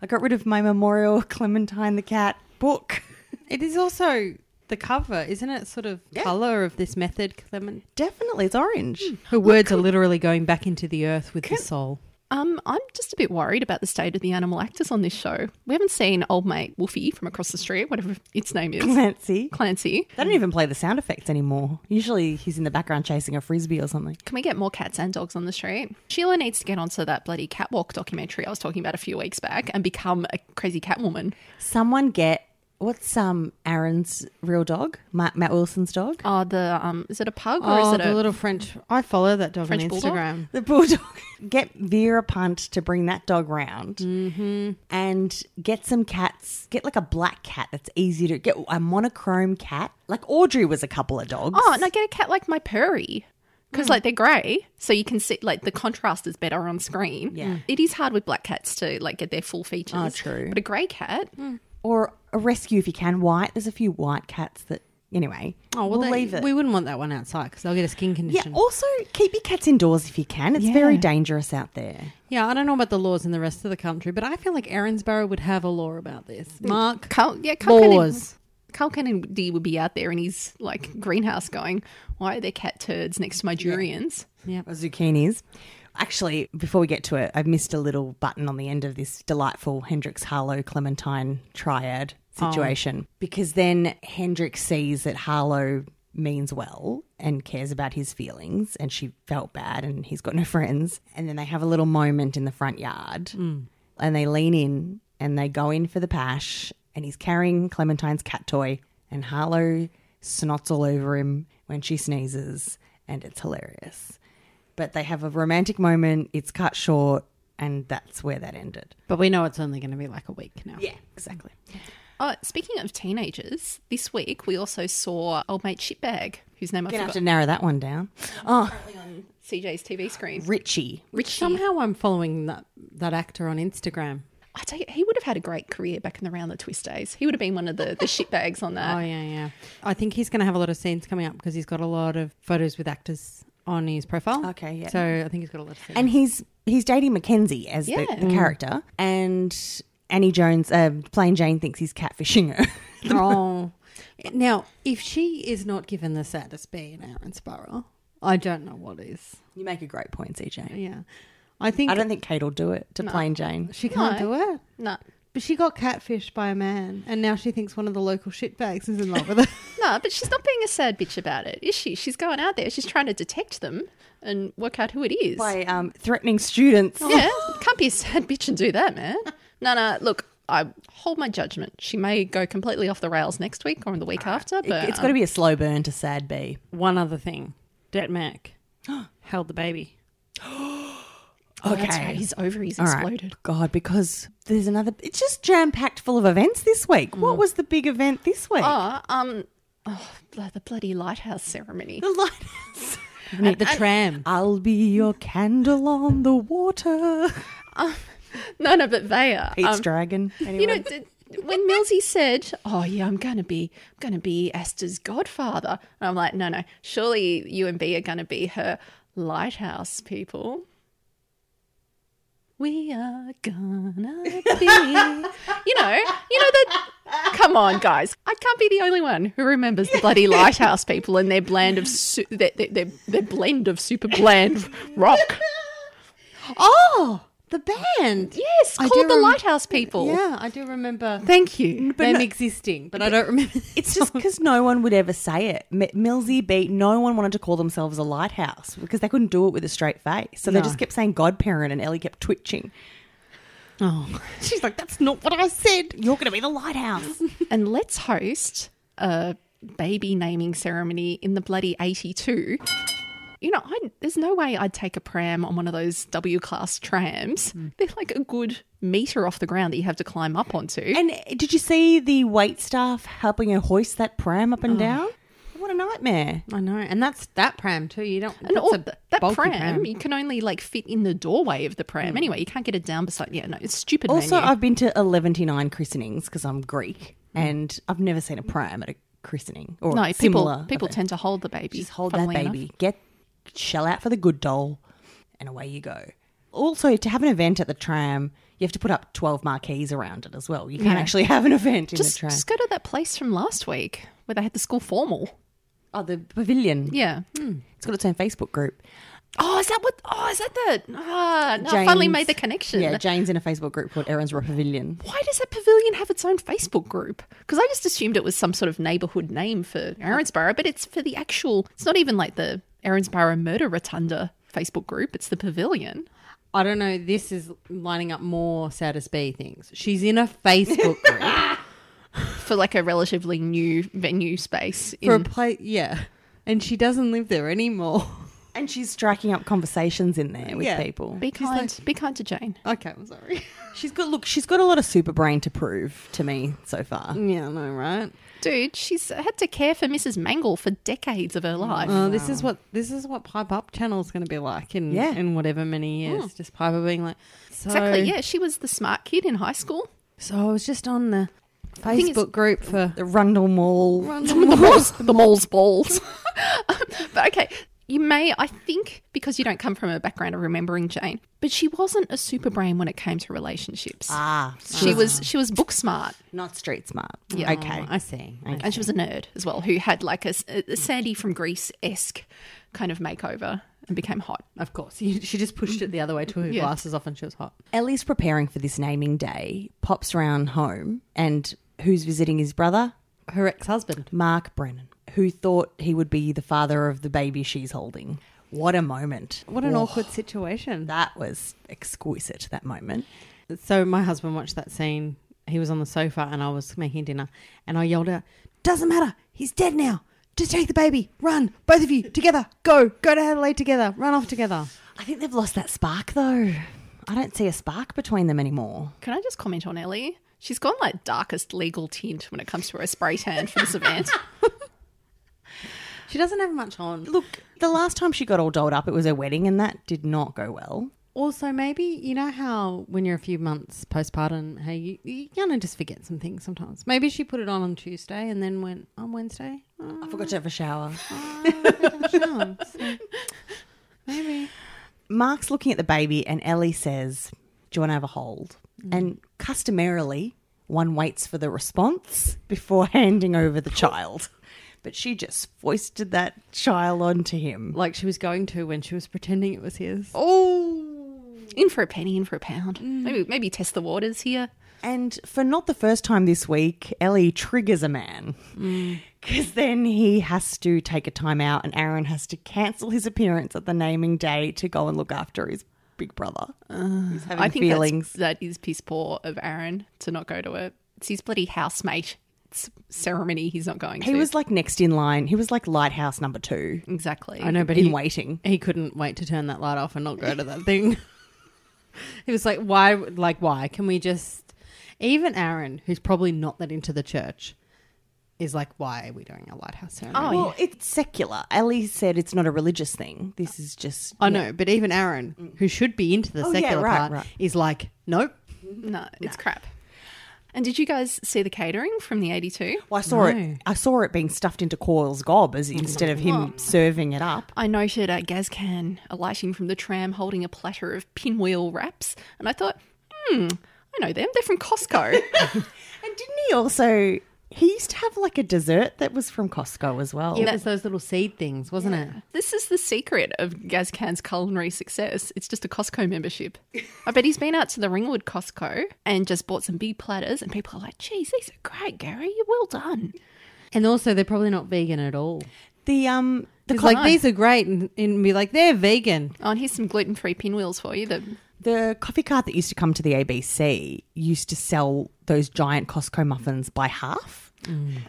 I got rid of my memorial Clementine the Cat book.
It is also the cover, isn't it? Sort of color of this method, Clement.
Definitely, it's orange.
Her words are literally going back into the earth with the soul.
Um, I'm just a bit worried about the state of the animal actors on this show. We haven't seen old mate Wolfie from across the street, whatever its name
Hmm.
<laughs>
is,
Clancy.
Clancy.
They don't even play the sound effects anymore. Usually he's in the background chasing a frisbee or something.
Can we get more cats and dogs on the street? Sheila needs to get onto that bloody catwalk documentary I was talking about a few weeks back and become a crazy cat woman.
Someone get. What's um Aaron's real dog? Matt, Matt Wilson's dog?
Oh, the um, is it a pug or
Oh,
is it
the
a
little French. I follow that dog
French
on
bulldog?
Instagram.
the bulldog. Get Vera Punt to bring that dog round,
Mm-hmm.
and get some cats. Get like a black cat that's easy to get a monochrome cat. Like Audrey was a couple of dogs.
Oh, no, get a cat like my Purry. Because, like, they're grey, so you can see, like, the contrast is better on screen.
Yeah. Mm.
It is hard with black cats to, like, get their full features.
Oh, true.
But a grey cat,
or a rescue if you can. White. There's a few white cats that. Anyway,
Oh, well,
we'll
they-
leave it.
We wouldn't want that one outside because they'll get a skin
yeah.
condition. Yeah,
Also, keep your cats indoors if you can. It's very dangerous out there.
I don't know about the laws in the rest of the country, but I feel like Erinsborough would have a law about this. Mark
Carl, yeah, Carl Kennedy,
laws.
Carl Kennedy would be out there in his, like, greenhouse going, Why are there cat turds next to my durians?
zucchinis. Actually, before we get to it, I've missed a little button on the end of this delightful Hendrix Harlow Clementine triad situation because then Hendrix sees that Harlow means well and cares about his feelings and she felt bad and he's got no <laughs> friends and then they have a little moment in the front yard and they lean in and they go in for the pash and he's carrying Clementine's cat toy and Harlow snots all over him when she sneezes and it's hilarious but they have a romantic moment. It's cut short, and that's where that ended.
But we know it's only going to be like a week now.
Yeah, exactly.
Uh, speaking of teenagers, this week we also saw old mate Shitbag, whose name I
Gonna have
forgot,
to narrow that one down. Oh,
CJ's TV screen.
Richie.
Richie.
Somehow I'm following that, that actor on Instagram.
I tell you, he would have had a great career back in the round the twist days. He would have been one of the, the shitbags
<laughs>
on that.
Oh yeah, yeah. I think he's going to have a lot of scenes coming up because he's got a lot of photos with actors on his profile.
Okay, yeah.
So I think he's got a lot of scenes.
And he's he's dating Mackenzie as
Yeah.
the, the character, and Annie Jones, uh, Plain Jane, thinks he's catfishing her. <laughs>
oh, now if she is not given the saddest bee in Erinsborough, I don't know what is.
you make a great point, CJ.
Yeah, I think
I don't think Kate will do it to Plain Jane.
she
No.
can't do it.
No,
But she got catfished by a man, and now she thinks one of the local shitbags is in love with her. <laughs>
no, but she's not being a sad bitch about it, is she? She's going out there, she's trying to detect them and work out who it is.
By um, threatening students.
Yeah, can't be a sad bitch and do that, man. No, no, look, I hold my judgment. She may go completely off the rails next week or in the week after, but
It, has got to be a slow burn to sad B.
one other thing, Det Mac held the baby.
Oh, that's right, his ovaries
All right.
exploded.
God, because there's another. It's just jam packed full of events this week.
Mm.
What was the big event this week?
Oh, um, oh, bl- the bloody lighthouse ceremony.
The lighthouse.
need the tram.
I'll be your candle on the water.
No, no, but Vaya.
Pete's
um,
dragon.
You know, d- when Millsy said, "Oh yeah, I'm gonna be, I'm gonna be Asta's godfather," and I'm like, "No, no, surely you and B are gonna be her lighthouse people." We are gonna be, you know, you know that. Come on, guys! I can't be the only one who remembers the bloody lighthouse people and their blend of su- their, their, their, their blend of super bland
<laughs>
rock.
Oh, the band.
Yes,
I
called
do
the
rem-
lighthouse people.
Yeah, I do remember
Thank you.
them existing, but I don't remember.
It's just because no one would ever say it. M- Millsy beat, no one wanted to call themselves a lighthouse because they couldn't do it with a straight face. So they
No.
just kept saying godparent and Ellie kept twitching.
<laughs> Oh,
She's like, that's not what I said. You're going to be the
<laughs>
lighthouse.
and let's host a baby naming ceremony in the bloody 82. You know, I, there's no way I'd take a pram on one of those W class trams.
Hmm.
They're like a good meter off the ground that you have to climb up onto.
and eh, did you see the wait staff helping her hoist that pram up
Oh.
and down? What a nightmare.
I know, and that's that pram too. You don't.
and
that's
all,
a
that pram,
bulky pram.
you can only like fit in the doorway of the pram. Anyway, you can't get it down beside. Yeah, no, it's stupid.
Hmm. Also,
menu.
I've been to 119 christenings because I'm Greek and I've never seen a pram at a christening or
no
a similar.
people people
event.
tend to hold the baby.
Just hold that
funnily enough.
baby. Get shell out for the good doll, and away you go. Also, to have an event at the tram, you have to put up twelve marquees around it as well. You can't actually have an event in
Just,
the tram.
just go to that place from last week where they had the school formal.
oh, the pavilion.
Yeah.
It's got its own Facebook group.
Oh, is that what? Oh, is that the? Ah, no, I finally
Jane's-
made the connection.
Yeah, Jane's in a Facebook group called Erin's Rock Pavilion.
Why does that pavilion have its own Facebook group? Because I just assumed it was some sort of neighbourhood name for Erinsborough, but it's for the actual. It's not even like the Erinsborough Murder Rotunda Facebook group. It's the pavilion.
I don't know. This is lining up more saddest bee things. She's in a Facebook group
For like a relatively new venue space. In,
for a place. Yeah, and she doesn't live there anymore. <laughs>
And she's striking up conversations in there with
Yeah.
people.
be kind. be kind to Jane.
Okay, I'm sorry.
She's got look, she's got a lot of super brain to prove to me so far.
yeah, I know, right?
Dude, she's had to care for Mrs. Mangle for decades of her life.
Oh, this is what this is what Pipe Up Channel is going to be like in
Yeah.
in whatever many years. Just Piper being like, so,
exactly. Yeah, she was the smart kid in high school.
So I was just on the
thing is-
Facebook group for
The Rundle Mall. <laughs>
the mall's, the mall's balls. but okay, you may, I think, because you don't come from a background of remembering Jane, but she wasn't a super brain when it came to relationships.
Ah,
she was she was book smart,
not street smart.
Yeah.
Okay.
I see.
and she was a nerd as well, who had like a, s- a Sandy from Greece esque kind of makeover and became hot.
Of course, You- she just pushed it the other way, took her glasses off, and she was hot.
Ellie's preparing for this naming day, pops round home, and who's visiting his brother?
Her ex husband.
Mark Brennan, who thought he would be the father of the baby she's holding. What a moment.
What an awkward situation.
That was exquisite, that moment.
So my husband watched that scene. He was on the sofa and I was making dinner and I yelled out, Doesn't matter, he's dead now. Just take the baby, run, both of you, together, go, go to Adelaide together, run off together.
I think they've lost that spark, though. I don't see a spark between them anymore.
Can I just comment on Ellie? She's gone like darkest legal tint when it comes to her spray tan for this event.
She doesn't have much on.
Look, the last time she got all dolled up, it was her wedding, and that did not go well.
Also, maybe you know how when you're a few months postpartum, how you you kind of just forget some things sometimes. Maybe she put it on on Tuesday and then went on Wednesday. Oh,
I forgot to have a <laughs> shower. Oh,
no. So, maybe
Mark's looking at the baby, and Ellie says, Do you want to have a hold? And customarily, one waits for the response before <laughs> handing over the child. But she just foisted that child onto him.
like she was going to when she was pretending it was his.
in for a penny, in for a pound. Maybe maybe test the waters here.
And for not the first time this week, Ellie triggers a man. Because then he has to take a time out, and Aaron has to cancel his appearance at the naming day to go and look after his big brother. He's having
I think that's-
feelings.
that is piss poor of Aaron to not go to it. It's his bloody housemate s- ceremony. He's not going
He
to.
was like next in line. He was like lighthouse number two.
exactly.
I know, but
in
he,
waiting.
he couldn't wait to turn that light off and not go to that thing. <laughs> he was like, "Why? Like, why? Can we just?" Even Aaron, who's probably not that into the church, is like why are we doing a lighthouse ceremony?
Oh, yeah.
Well, it's secular. Ali said it's not a religious thing. This is just.
I know, but even Aaron, who should be into the
Mm. Oh, yeah,
secular
right,
part,
right.
is like, nope.
No, it's crap. And did you guys see the catering from the 82?
Well, I saw it. I saw it being stuffed into Coyle's gob as instead of him serving it up.
I noted a gas can alighting from the tram holding a platter of pinwheel wraps, and I thought, hmm, I know them. They're from Costco.
And didn't he also? He used to have like a dessert that was from Costco as well.
It was those little seed things, wasn't it?
this is the secret of Gaz Can's culinary success. It's just a Costco <laughs> membership. I bet he's been out to the Ringwood Costco and just bought some big platters, and people are like, geez, these are great, Gary. You're well done.
And also, they're probably not vegan at all.
The um the
It's
co-
like these are great, and, and be like they're vegan. <laughs>
Oh, and here's some gluten free pinwheels for you. The,
the coffee cart that used to come to the ABC used to sell those giant Costco muffins by half.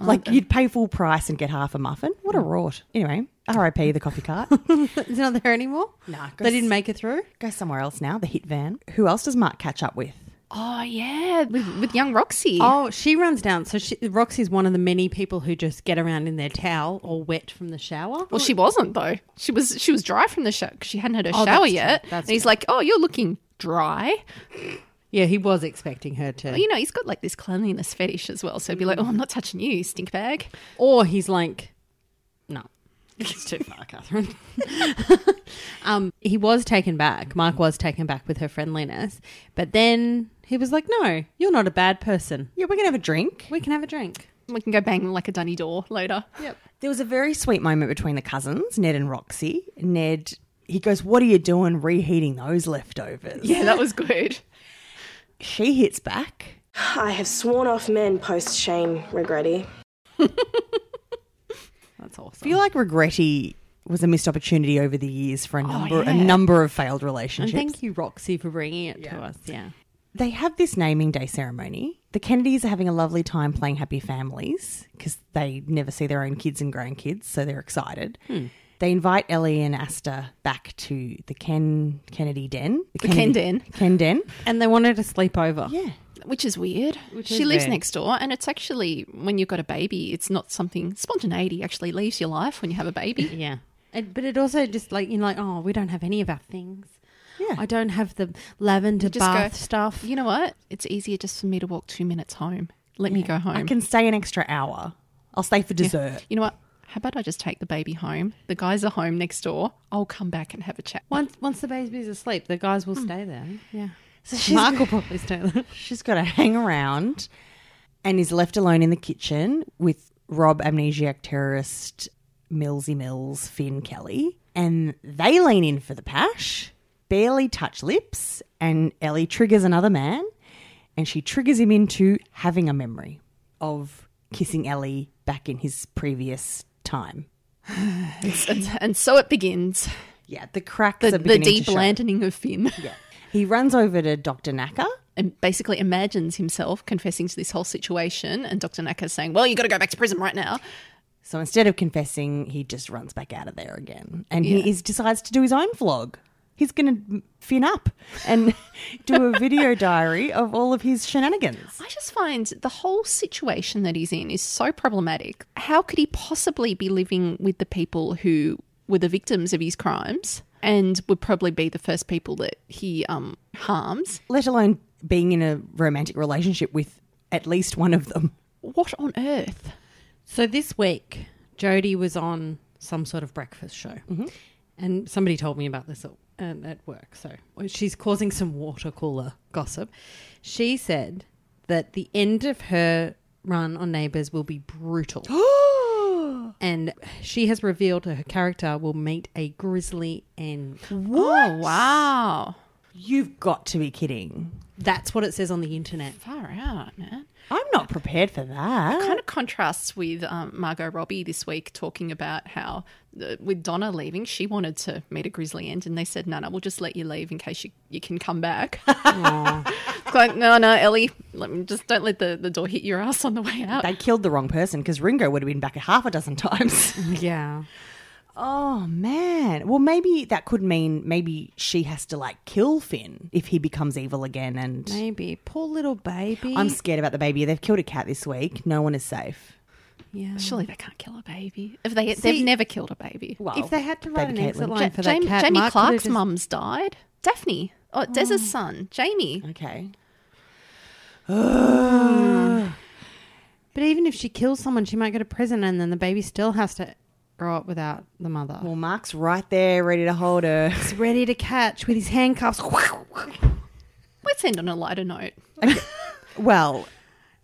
Like you'd pay full price and get half a muffin. What a rot. Anyway, R.I.P. the coffee cart.
It's not there anymore.
Nah, 'cause-
they didn't make it through.
Go somewhere else now. The hit van. Who else does Mark catch up with?
oh, yeah, with, with young Roxy.
Oh, she runs down. So she, Roxy's one of the many people who just get around in their towel, all wet from the shower.
Well, she wasn't though. She was she was dry from the shower because she hadn't had her
Oh, that's
shower
true.
yet.
That's
and he's
true.
like, "Oh, you're looking dry."
Yeah, he was expecting her to.
But, you know, he's got like this cleanliness fetish as well. So he'd be like, "Oh, I'm not touching you, stink bag."
Or he's like, no, it's too far, Catherine. <laughs> um, he was taken back. Mark was taken back with her friendliness, but then he was like, no, you're not a bad person.
Yeah, we're gonna have a drink.
We can have a drink.
We can go bang like a dunny door later.
There was a very sweet moment between the cousins, Ned and Roxy. Ned, he goes, "What are you doing reheating those leftovers?"
Yeah, <laughs> that was good.
She hits back.
I have sworn off men post shame, Regretti.
That's
I
awesome.
feel like Regretti was a missed opportunity over the years for a number a
yeah.
number of failed
And
relationships.
thank you, Roxy, for bringing it to us. Yeah.
they have this naming day ceremony. The Kennedys are having a lovely time playing Happy Families because they never see their own kids and grandkids, so they're excited. They invite Ellie and Asta back to the Ken Kennedy den. The,
Ken
Kennedy-
den.
Ken den.
And they wanted to sleep over.
Yeah.
Which is weird. she
is
lives
weird.
next door, and it's actually when you've got a baby, it's not something spontaneity actually leaves your life when you have
<laughs>
a baby.
Yeah. It, but it also just like, you're like, oh, we don't have any of our things.
Yeah.
I don't have the lavender
just go-
bath stuff.
You know what? It's easier just for me to walk two minutes home. Let me go home.
I
<laughs>
can stay an extra hour. I'll stay for dessert.
You know what? How about I just take the baby home? The guys are home next door. I'll come back and have a chat.
Once, once the baby's asleep, the guys will stay there. Hmm. Yeah.
So she's
Mark will probably stay there.
She's got to <laughs> hang around and is left alone in the kitchen with Rob, amnesiac terrorist, Millsy Mills, Finn Kelly. And they lean in for the pash, barely touch lips, and Ellie triggers another man and she triggers him into having a memory of kissing Ellie back in his previous time.
<laughs> and, and so it begins.
Yeah, the cracks
The,
are
the
beginning to
deep
show.
landoning of Finn. Yeah.
He runs over to Dr. Nacker.
<laughs> And basically imagines himself confessing to this whole situation and Dr. Naka saying, Well, you got to go back to prison right now.
So instead of confessing, he just runs back out of there again, and he is, decides to do his own vlog. He's going to fin up and <laughs> do a video diary of all of his shenanigans.
I just find the whole situation that he's in is so problematic. How could he possibly be living with the people who were the victims of his crimes and would probably be the first people that he um, harms?
Let alone being in a romantic relationship with at least one of them.
What on earth?
So this week, Jodie was on some sort of breakfast show, and somebody told me about this at, um, at work. So she's causing some water cooler gossip. She said that the end of her run on Neighbours will be <gasps> brutal, and she has revealed her character will meet a grisly end.
Oh, wow.
You've got to be kidding!
That's what it says on the internet.
Far out, man.
I'm not prepared for that.
Kind of contrasts with um, Margot Robbie this week talking about how, uh, with Donna leaving, she wanted to meet a grisly end, and they said, "No, no, we'll just let you leave in case you, you can come back." <laughs> It's like, no, no, Ellie, let me just don't let the, the door hit your ass on the way out.
They killed the wrong person because Ringo would have been back a half a dozen times.
Yeah.
Oh man. Well, maybe that could mean maybe she has to like kill Finn if he becomes evil again and
Maybe. Poor little baby.
I'm scared about the baby. They've killed a cat this week. No one is safe.
Yeah.
Surely they can't kill a baby. If they, they've never killed a baby.
Well,
if they had to write an
baby
exit
Caitlin.
line for that
Jamie,
cat,
Jamie
Mark could've
Clark's
just-
mum's died. Daphne. Oh, Des's son, Jamie.
Okay.
But even if she kills someone, she might go to prison, and then the baby still has to grow up without the mother.
Well, Mark's right there, ready to hold
<laughs>
her.
He's ready to catch with his handcuffs.
Let's end on a lighter note.
well,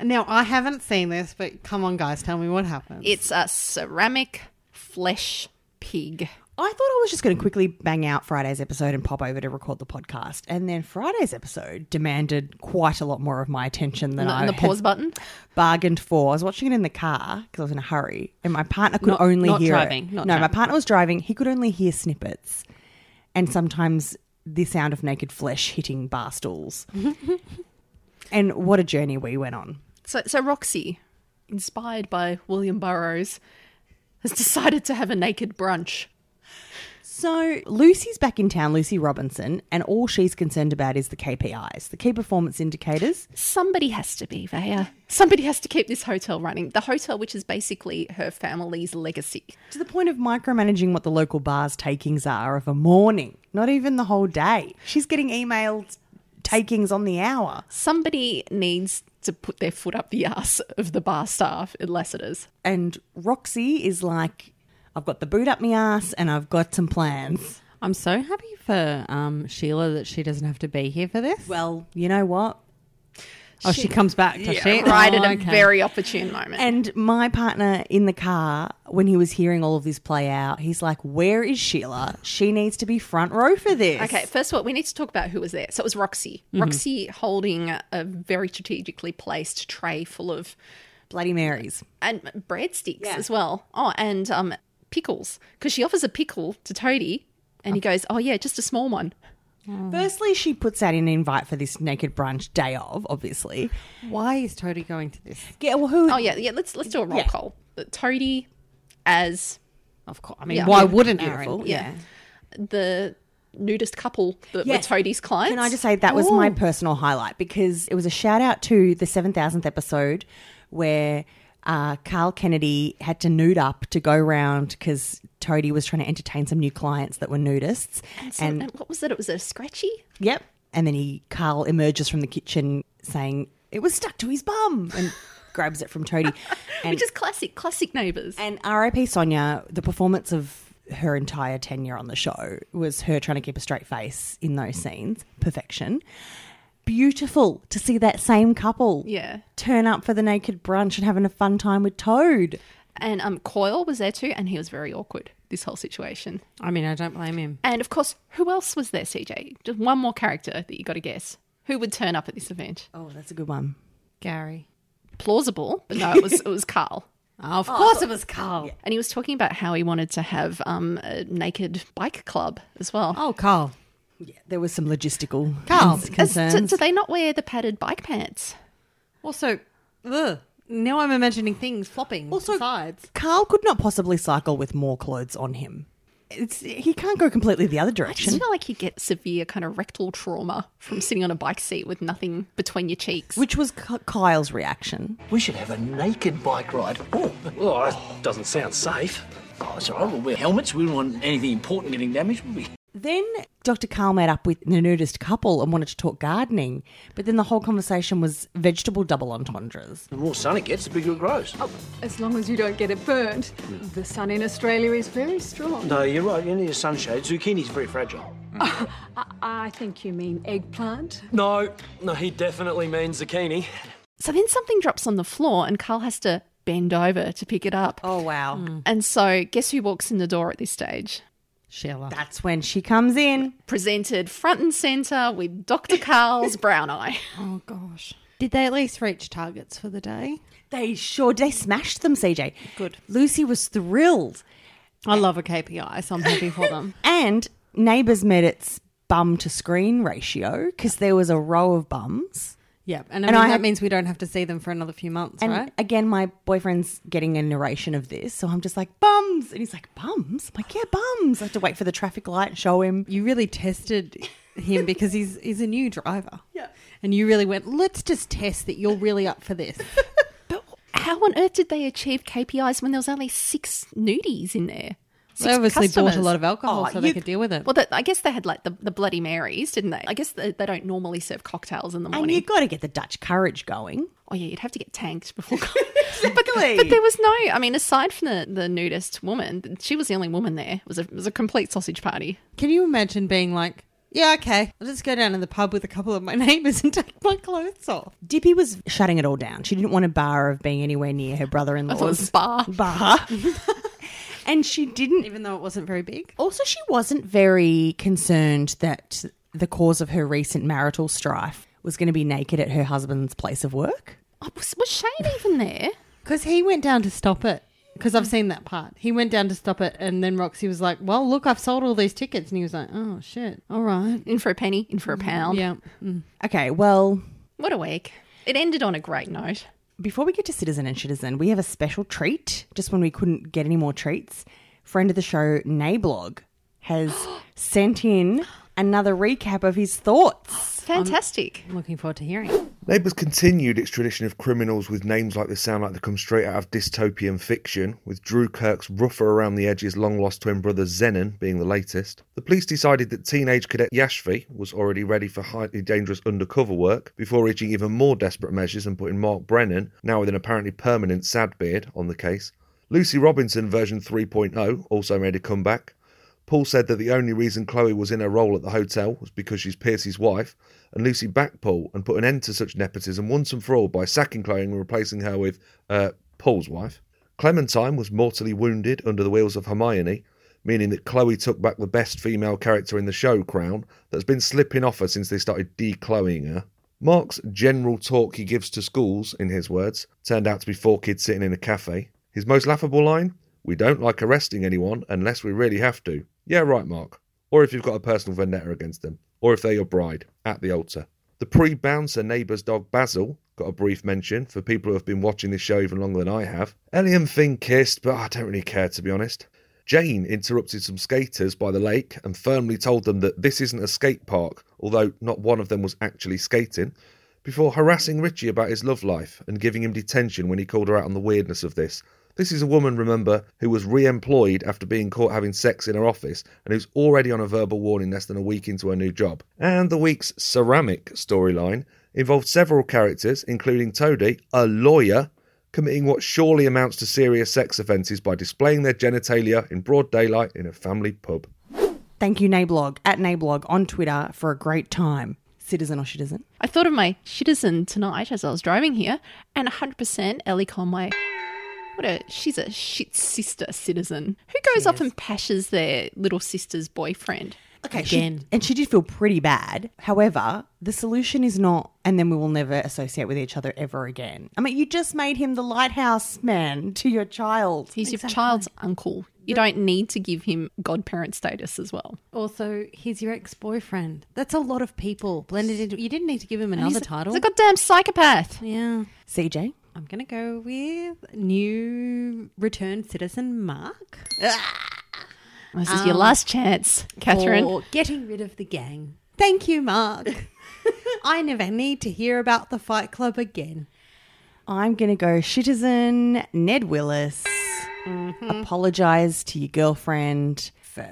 now I haven't seen this, but come on, guys, tell me what happens.
It's a ceramic flesh pig.
I thought I was just going to quickly bang out Friday's episode and pop over to record the podcast, and then Friday's episode demanded quite a lot more of my attention than
Not
I
on the
had
pause button.
bargained for. I was watching it in the car because I was in a hurry, and my partner could
Not-
only
not
hear it.
driving, not
no, my
driving.
partner was driving. He could only hear snippets, and sometimes the sound of naked flesh hitting bar
<laughs>
stools. and what a journey we went on.
So, so Roxy, inspired by William Burroughs, has decided to have a naked brunch.
So Lucy's back in town, Lucy Robinson, and all she's concerned about is the KPIs, the key performance indicators.
Somebody has to be there. Somebody has to keep this hotel running. The hotel, which is basically her family's legacy.
To the point of micromanaging what the local bar's takings are of a morning, not even the whole day. She's getting emailed takings on the hour.
Somebody needs to put their foot up the ass of the bar staff in Lassiter's.
And Roxy is like, I've got the boot up my ass and I've got some plans.
I'm so happy for um, Sheila that she doesn't have to be here for this.
Well, you know what?
oh, she, comes back. Does she?
Right
Oh,
at a
okay.
very opportune moment.
And my partner in the car, when he was hearing all of this play out, he's like, Where is Sheila? She needs to be front row for this.
Okay, first of all, we need to talk about who was there. So it was Roxy. Roxy holding a, a very strategically placed tray full of
Bloody Marys.
and breadsticks as well. Oh, and um, pickles because she offers a pickle to Toadie, and he goes, "Oh yeah, just a small one."
Mm. Firstly, she puts out an invite for this naked brunch day of, obviously.
Why is Toadie going to this?
Yeah, well, who?
Oh yeah, yeah. Let's let's do a roll
Yeah.
call. Toadie as
Of course. I mean,
Yeah.
why wouldn't
Beautiful,
Aaron?
yeah. the nudist couple that
Yes.
were Toadie's clients.
Can I just say that was my personal highlight because it was a shout out to the 7,000th episode where uh, Carl Kennedy had to nude up to go round because Toadie was trying to entertain some new clients that were nudists.
So- and what was it? It was a scratchy.
Yep. And then he Carl emerges from the kitchen saying it was stuck to his bum and <laughs> grabs it from Toadie. And,
Which is classic, classic neighbours.
and R.I.P. Sonia, the performance of her entire tenure on the show was her trying to keep a straight face in those scenes. Perfection. Beautiful to see that same couple
Yeah.
turn up for the naked brunch and having a fun time with Toad.
And um, Coyle was there too, and he was very awkward. This whole situation.
I mean, I don't blame him.
And of course, who else was there, CJ? Just one more character that you got to guess. Who would turn up at this event?
Oh, that's a good one.
Gary.
Plausible, but no, it was it was Carl. Oh.
of course it was Carl.
And he was talking about how he wanted to have um, a naked bike club as well.
Oh, Carl.
There was some logistical
Carl,
cons-
As- do,
concerns.
do they not wear the padded bike pants?
Also, ugh, now I'm imagining things flopping
Also-
also, sides.
Carl could not possibly cycle with more clothes on him. It's he can't go completely the other
I just
direction,
feel like you get severe kind of rectal trauma from sitting on a bike seat with nothing between your cheeks.
which was Ky- Kyle's reaction.
We should have a naked bike ride. Oh,
Well, that doesn't sound safe.
oh it's all right. We'll wear helmets. We don't want anything important getting damaged, would we?
Then Dr. Carl met up with the nudist couple and wanted to talk gardening, but then the whole conversation was vegetable double entendres.
The more sun it gets, the bigger it grows.
Oh, As long as you don't get it burnt, the sun in Australia is very strong.
No, you're right. You need a sunshade. Zucchini's very fragile.
<laughs> I think you mean eggplant.
No, no, he definitely means zucchini.
So then something drops on the floor and Carl has to bend over to pick it up.
Oh, wow.
And so, guess who walks in the door at this stage?
Sheila.
That's when she comes in.
Presented front and centre with Dr. <laughs> Carl's brown eye.
oh, gosh. Did they at least reach targets for the day?
They sure, they smashed them, CJ. Good. Lucy was thrilled.
I love a KPI, so I'm happy for them.
And Neighbours met its bum to screen ratio because there was a row of bums.
<laughs> yeah, and I
And
mean,
I
that
had-
means we don't have to see them for another few months,
And
right?
again, my boyfriend's getting a narration of this, so I'm just like, bums. And he's like, bums? I'm like, yeah, bums. I have to wait for the traffic light and show him.
You really tested <laughs> him because he's he's a <laughs> new driver. Yeah. And you really went, let's just test that you're really up for this.
But
How on earth did they achieve KPIs when there was only six nudies in there?
They
Six
obviously bought a
customers.
lot of alcohol so they could deal with it.
Well, that I guess they had like the, the Bloody Marys, didn't they? I guess they, they don't normally serve cocktails in the morning.
And you've got to get the Dutch courage going.
Oh yeah, you'd have to get tanked <laughs> before. but, but there was no. I mean, aside from the, the nudist woman, she was the only woman there. It was a it was a complete sausage party.
Can you imagine being like, yeah, okay, I'll just go down to the pub with a couple of my <laughs> neighbours and take my clothes off.
Dippy was shutting it all down. She didn't want a bar of being anywhere near her brother-in-law's
I thought it was bar.
bar. <laughs> and she didn't
Even though it wasn't very big.
Also, she wasn't very concerned that the cause of her recent marital strife was going to be naked at her husband's place of work.
Oh, was, was Shane even there?
Because he went down to stop it. Because I've seen that part. He went down to stop it, and then Roxy was like, well, look, I've sold all these tickets. And he was like, oh, shit. All right.
In for a penny, in for a pound.
Yeah.
Okay, well,
What a week. It ended on a great note.
before we get to Citizen and Citizen, we have a special treat. Just when we couldn't get any more treats, friend of the show, Nablog, has <gasps> sent in another recap of his thoughts.
Fantastic.
I'm looking forward to hearing.
Neighbours continued its tradition of criminals with names like this sound like they come straight out of dystopian fiction, with Drew Kirk's rougher around the edges long lost twin brother Zenon being the latest. The police decided that teenage cadet Yashvi was already ready for highly dangerous undercover work before reaching even more desperate measures and putting Mark Brennan, now with an apparently permanent sad beard, on the case. Lucy Robinson version 3.0 also made a comeback. Paul said that the only reason Chloe was in her role at the hotel was because she's Pierce's wife, and Lucy backed Paul and put an end to such nepotism once and for all by sacking Chloe and replacing her with, uh, Paul's wife. Clementine was mortally wounded under the wheels of Hermione, meaning that Chloe took back the best female character in the show crown that's been slipping off her since they started de Chloeing her. Mark's general talk he gives to schools, in his words, turned out to be four kids sitting in a cafe. His most laughable line? We don't like arresting anyone unless we really have to. Yeah, right, Mark. Or if you've got a personal vendetta against them. Or if they're your bride, at the altar. The pre bouncer neighbour's dog Basil got a brief mention for people who have been watching this show even longer than I have. Ellie and Finn kissed, but I don't really care to be honest. Jane interrupted some skaters by the lake and firmly told them that this isn't a skate park, although not one of them was actually skating, before harassing Richie about his love life and giving him detention when he called her out on the weirdness of this. This is a woman, remember, who was re employed after being caught having sex in her office and who's already on a verbal warning less than a week into her new job. And the week's ceramic storyline involved several characters, including Toadie, a lawyer, committing what surely amounts to serious sex offences by displaying their genitalia in broad daylight in a family pub.
Thank you, Nablog, at Nablog on Twitter for a great time. Citizen or citizen.
I thought of my citizen tonight as I was driving here, and 100% Ellie Conway. What a she's a shit sister citizen who goes off and pashes their little sister's boyfriend.
Okay,
Again.
She, and she did feel pretty bad. However, the solution is not, and then we will never associate with each other ever again. I mean, you just made him the lighthouse man to your child.
He's your child's uncle. You don't need to give him godparent status as well.
Also, he's your ex boyfriend. That's a lot of people blended into. You didn't need to give him another title.
He's a goddamn psychopath.
yeah.
CJ?
I'm going to go with new returned citizen Mark.
This is your last chance, Catherine.
For getting rid of the gang. Thank you, <laughs> Mark. I never need to hear about the fight club again.
I'm going to go Shitizen, Ned Willis. Apologize to your girlfriend for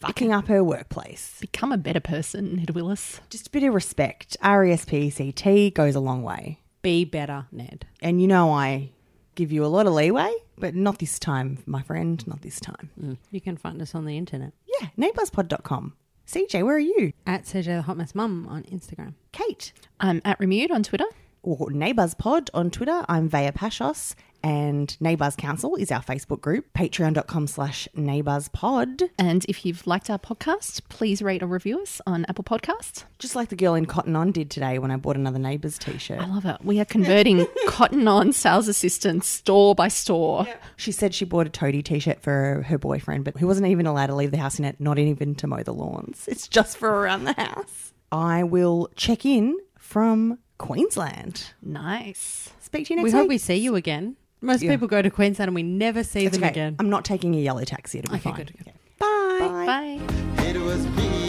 fucking up her workplace.
Become a better person, Ned Willis.
Just a bit of respect. R E S P E C T goes a long way.
Be better, Ned.
And you know I give you a lot of leeway, but not this time, my friend, not this time.
You can find us on the internet
Yeah, neighbourspod.com. CJ, where are you?
at CJ the Hot Mess Mum on Instagram.
Kate.
I'm at Remute on Twitter.
Or neighbourspod on Twitter. I'm Vaya Pashos. And Neighbours Council is our Facebook group, patreon.com slash neighbourspod.
And if you've liked our podcast, please rate or review us on Apple Podcasts.
Just like the girl in Cotton On did today when I bought another neighbour's t shirt.
I love it. We are converting cotton on sales assistants store by store.
She said she bought a toady t shirt for her boyfriend, but he wasn't even allowed to leave the house in it, not even to mow the lawns. <laughs> It's just for around the house. I will check in from Queensland.
Nice.
Speak to you next
we
week.
hope we see you again. Most people go to Queensland and we never see
It's
them
okay.
again.
I'm not taking a yellow taxi. It'll be
Okay,
fine.
good,
Bye.
Bye.
It was me.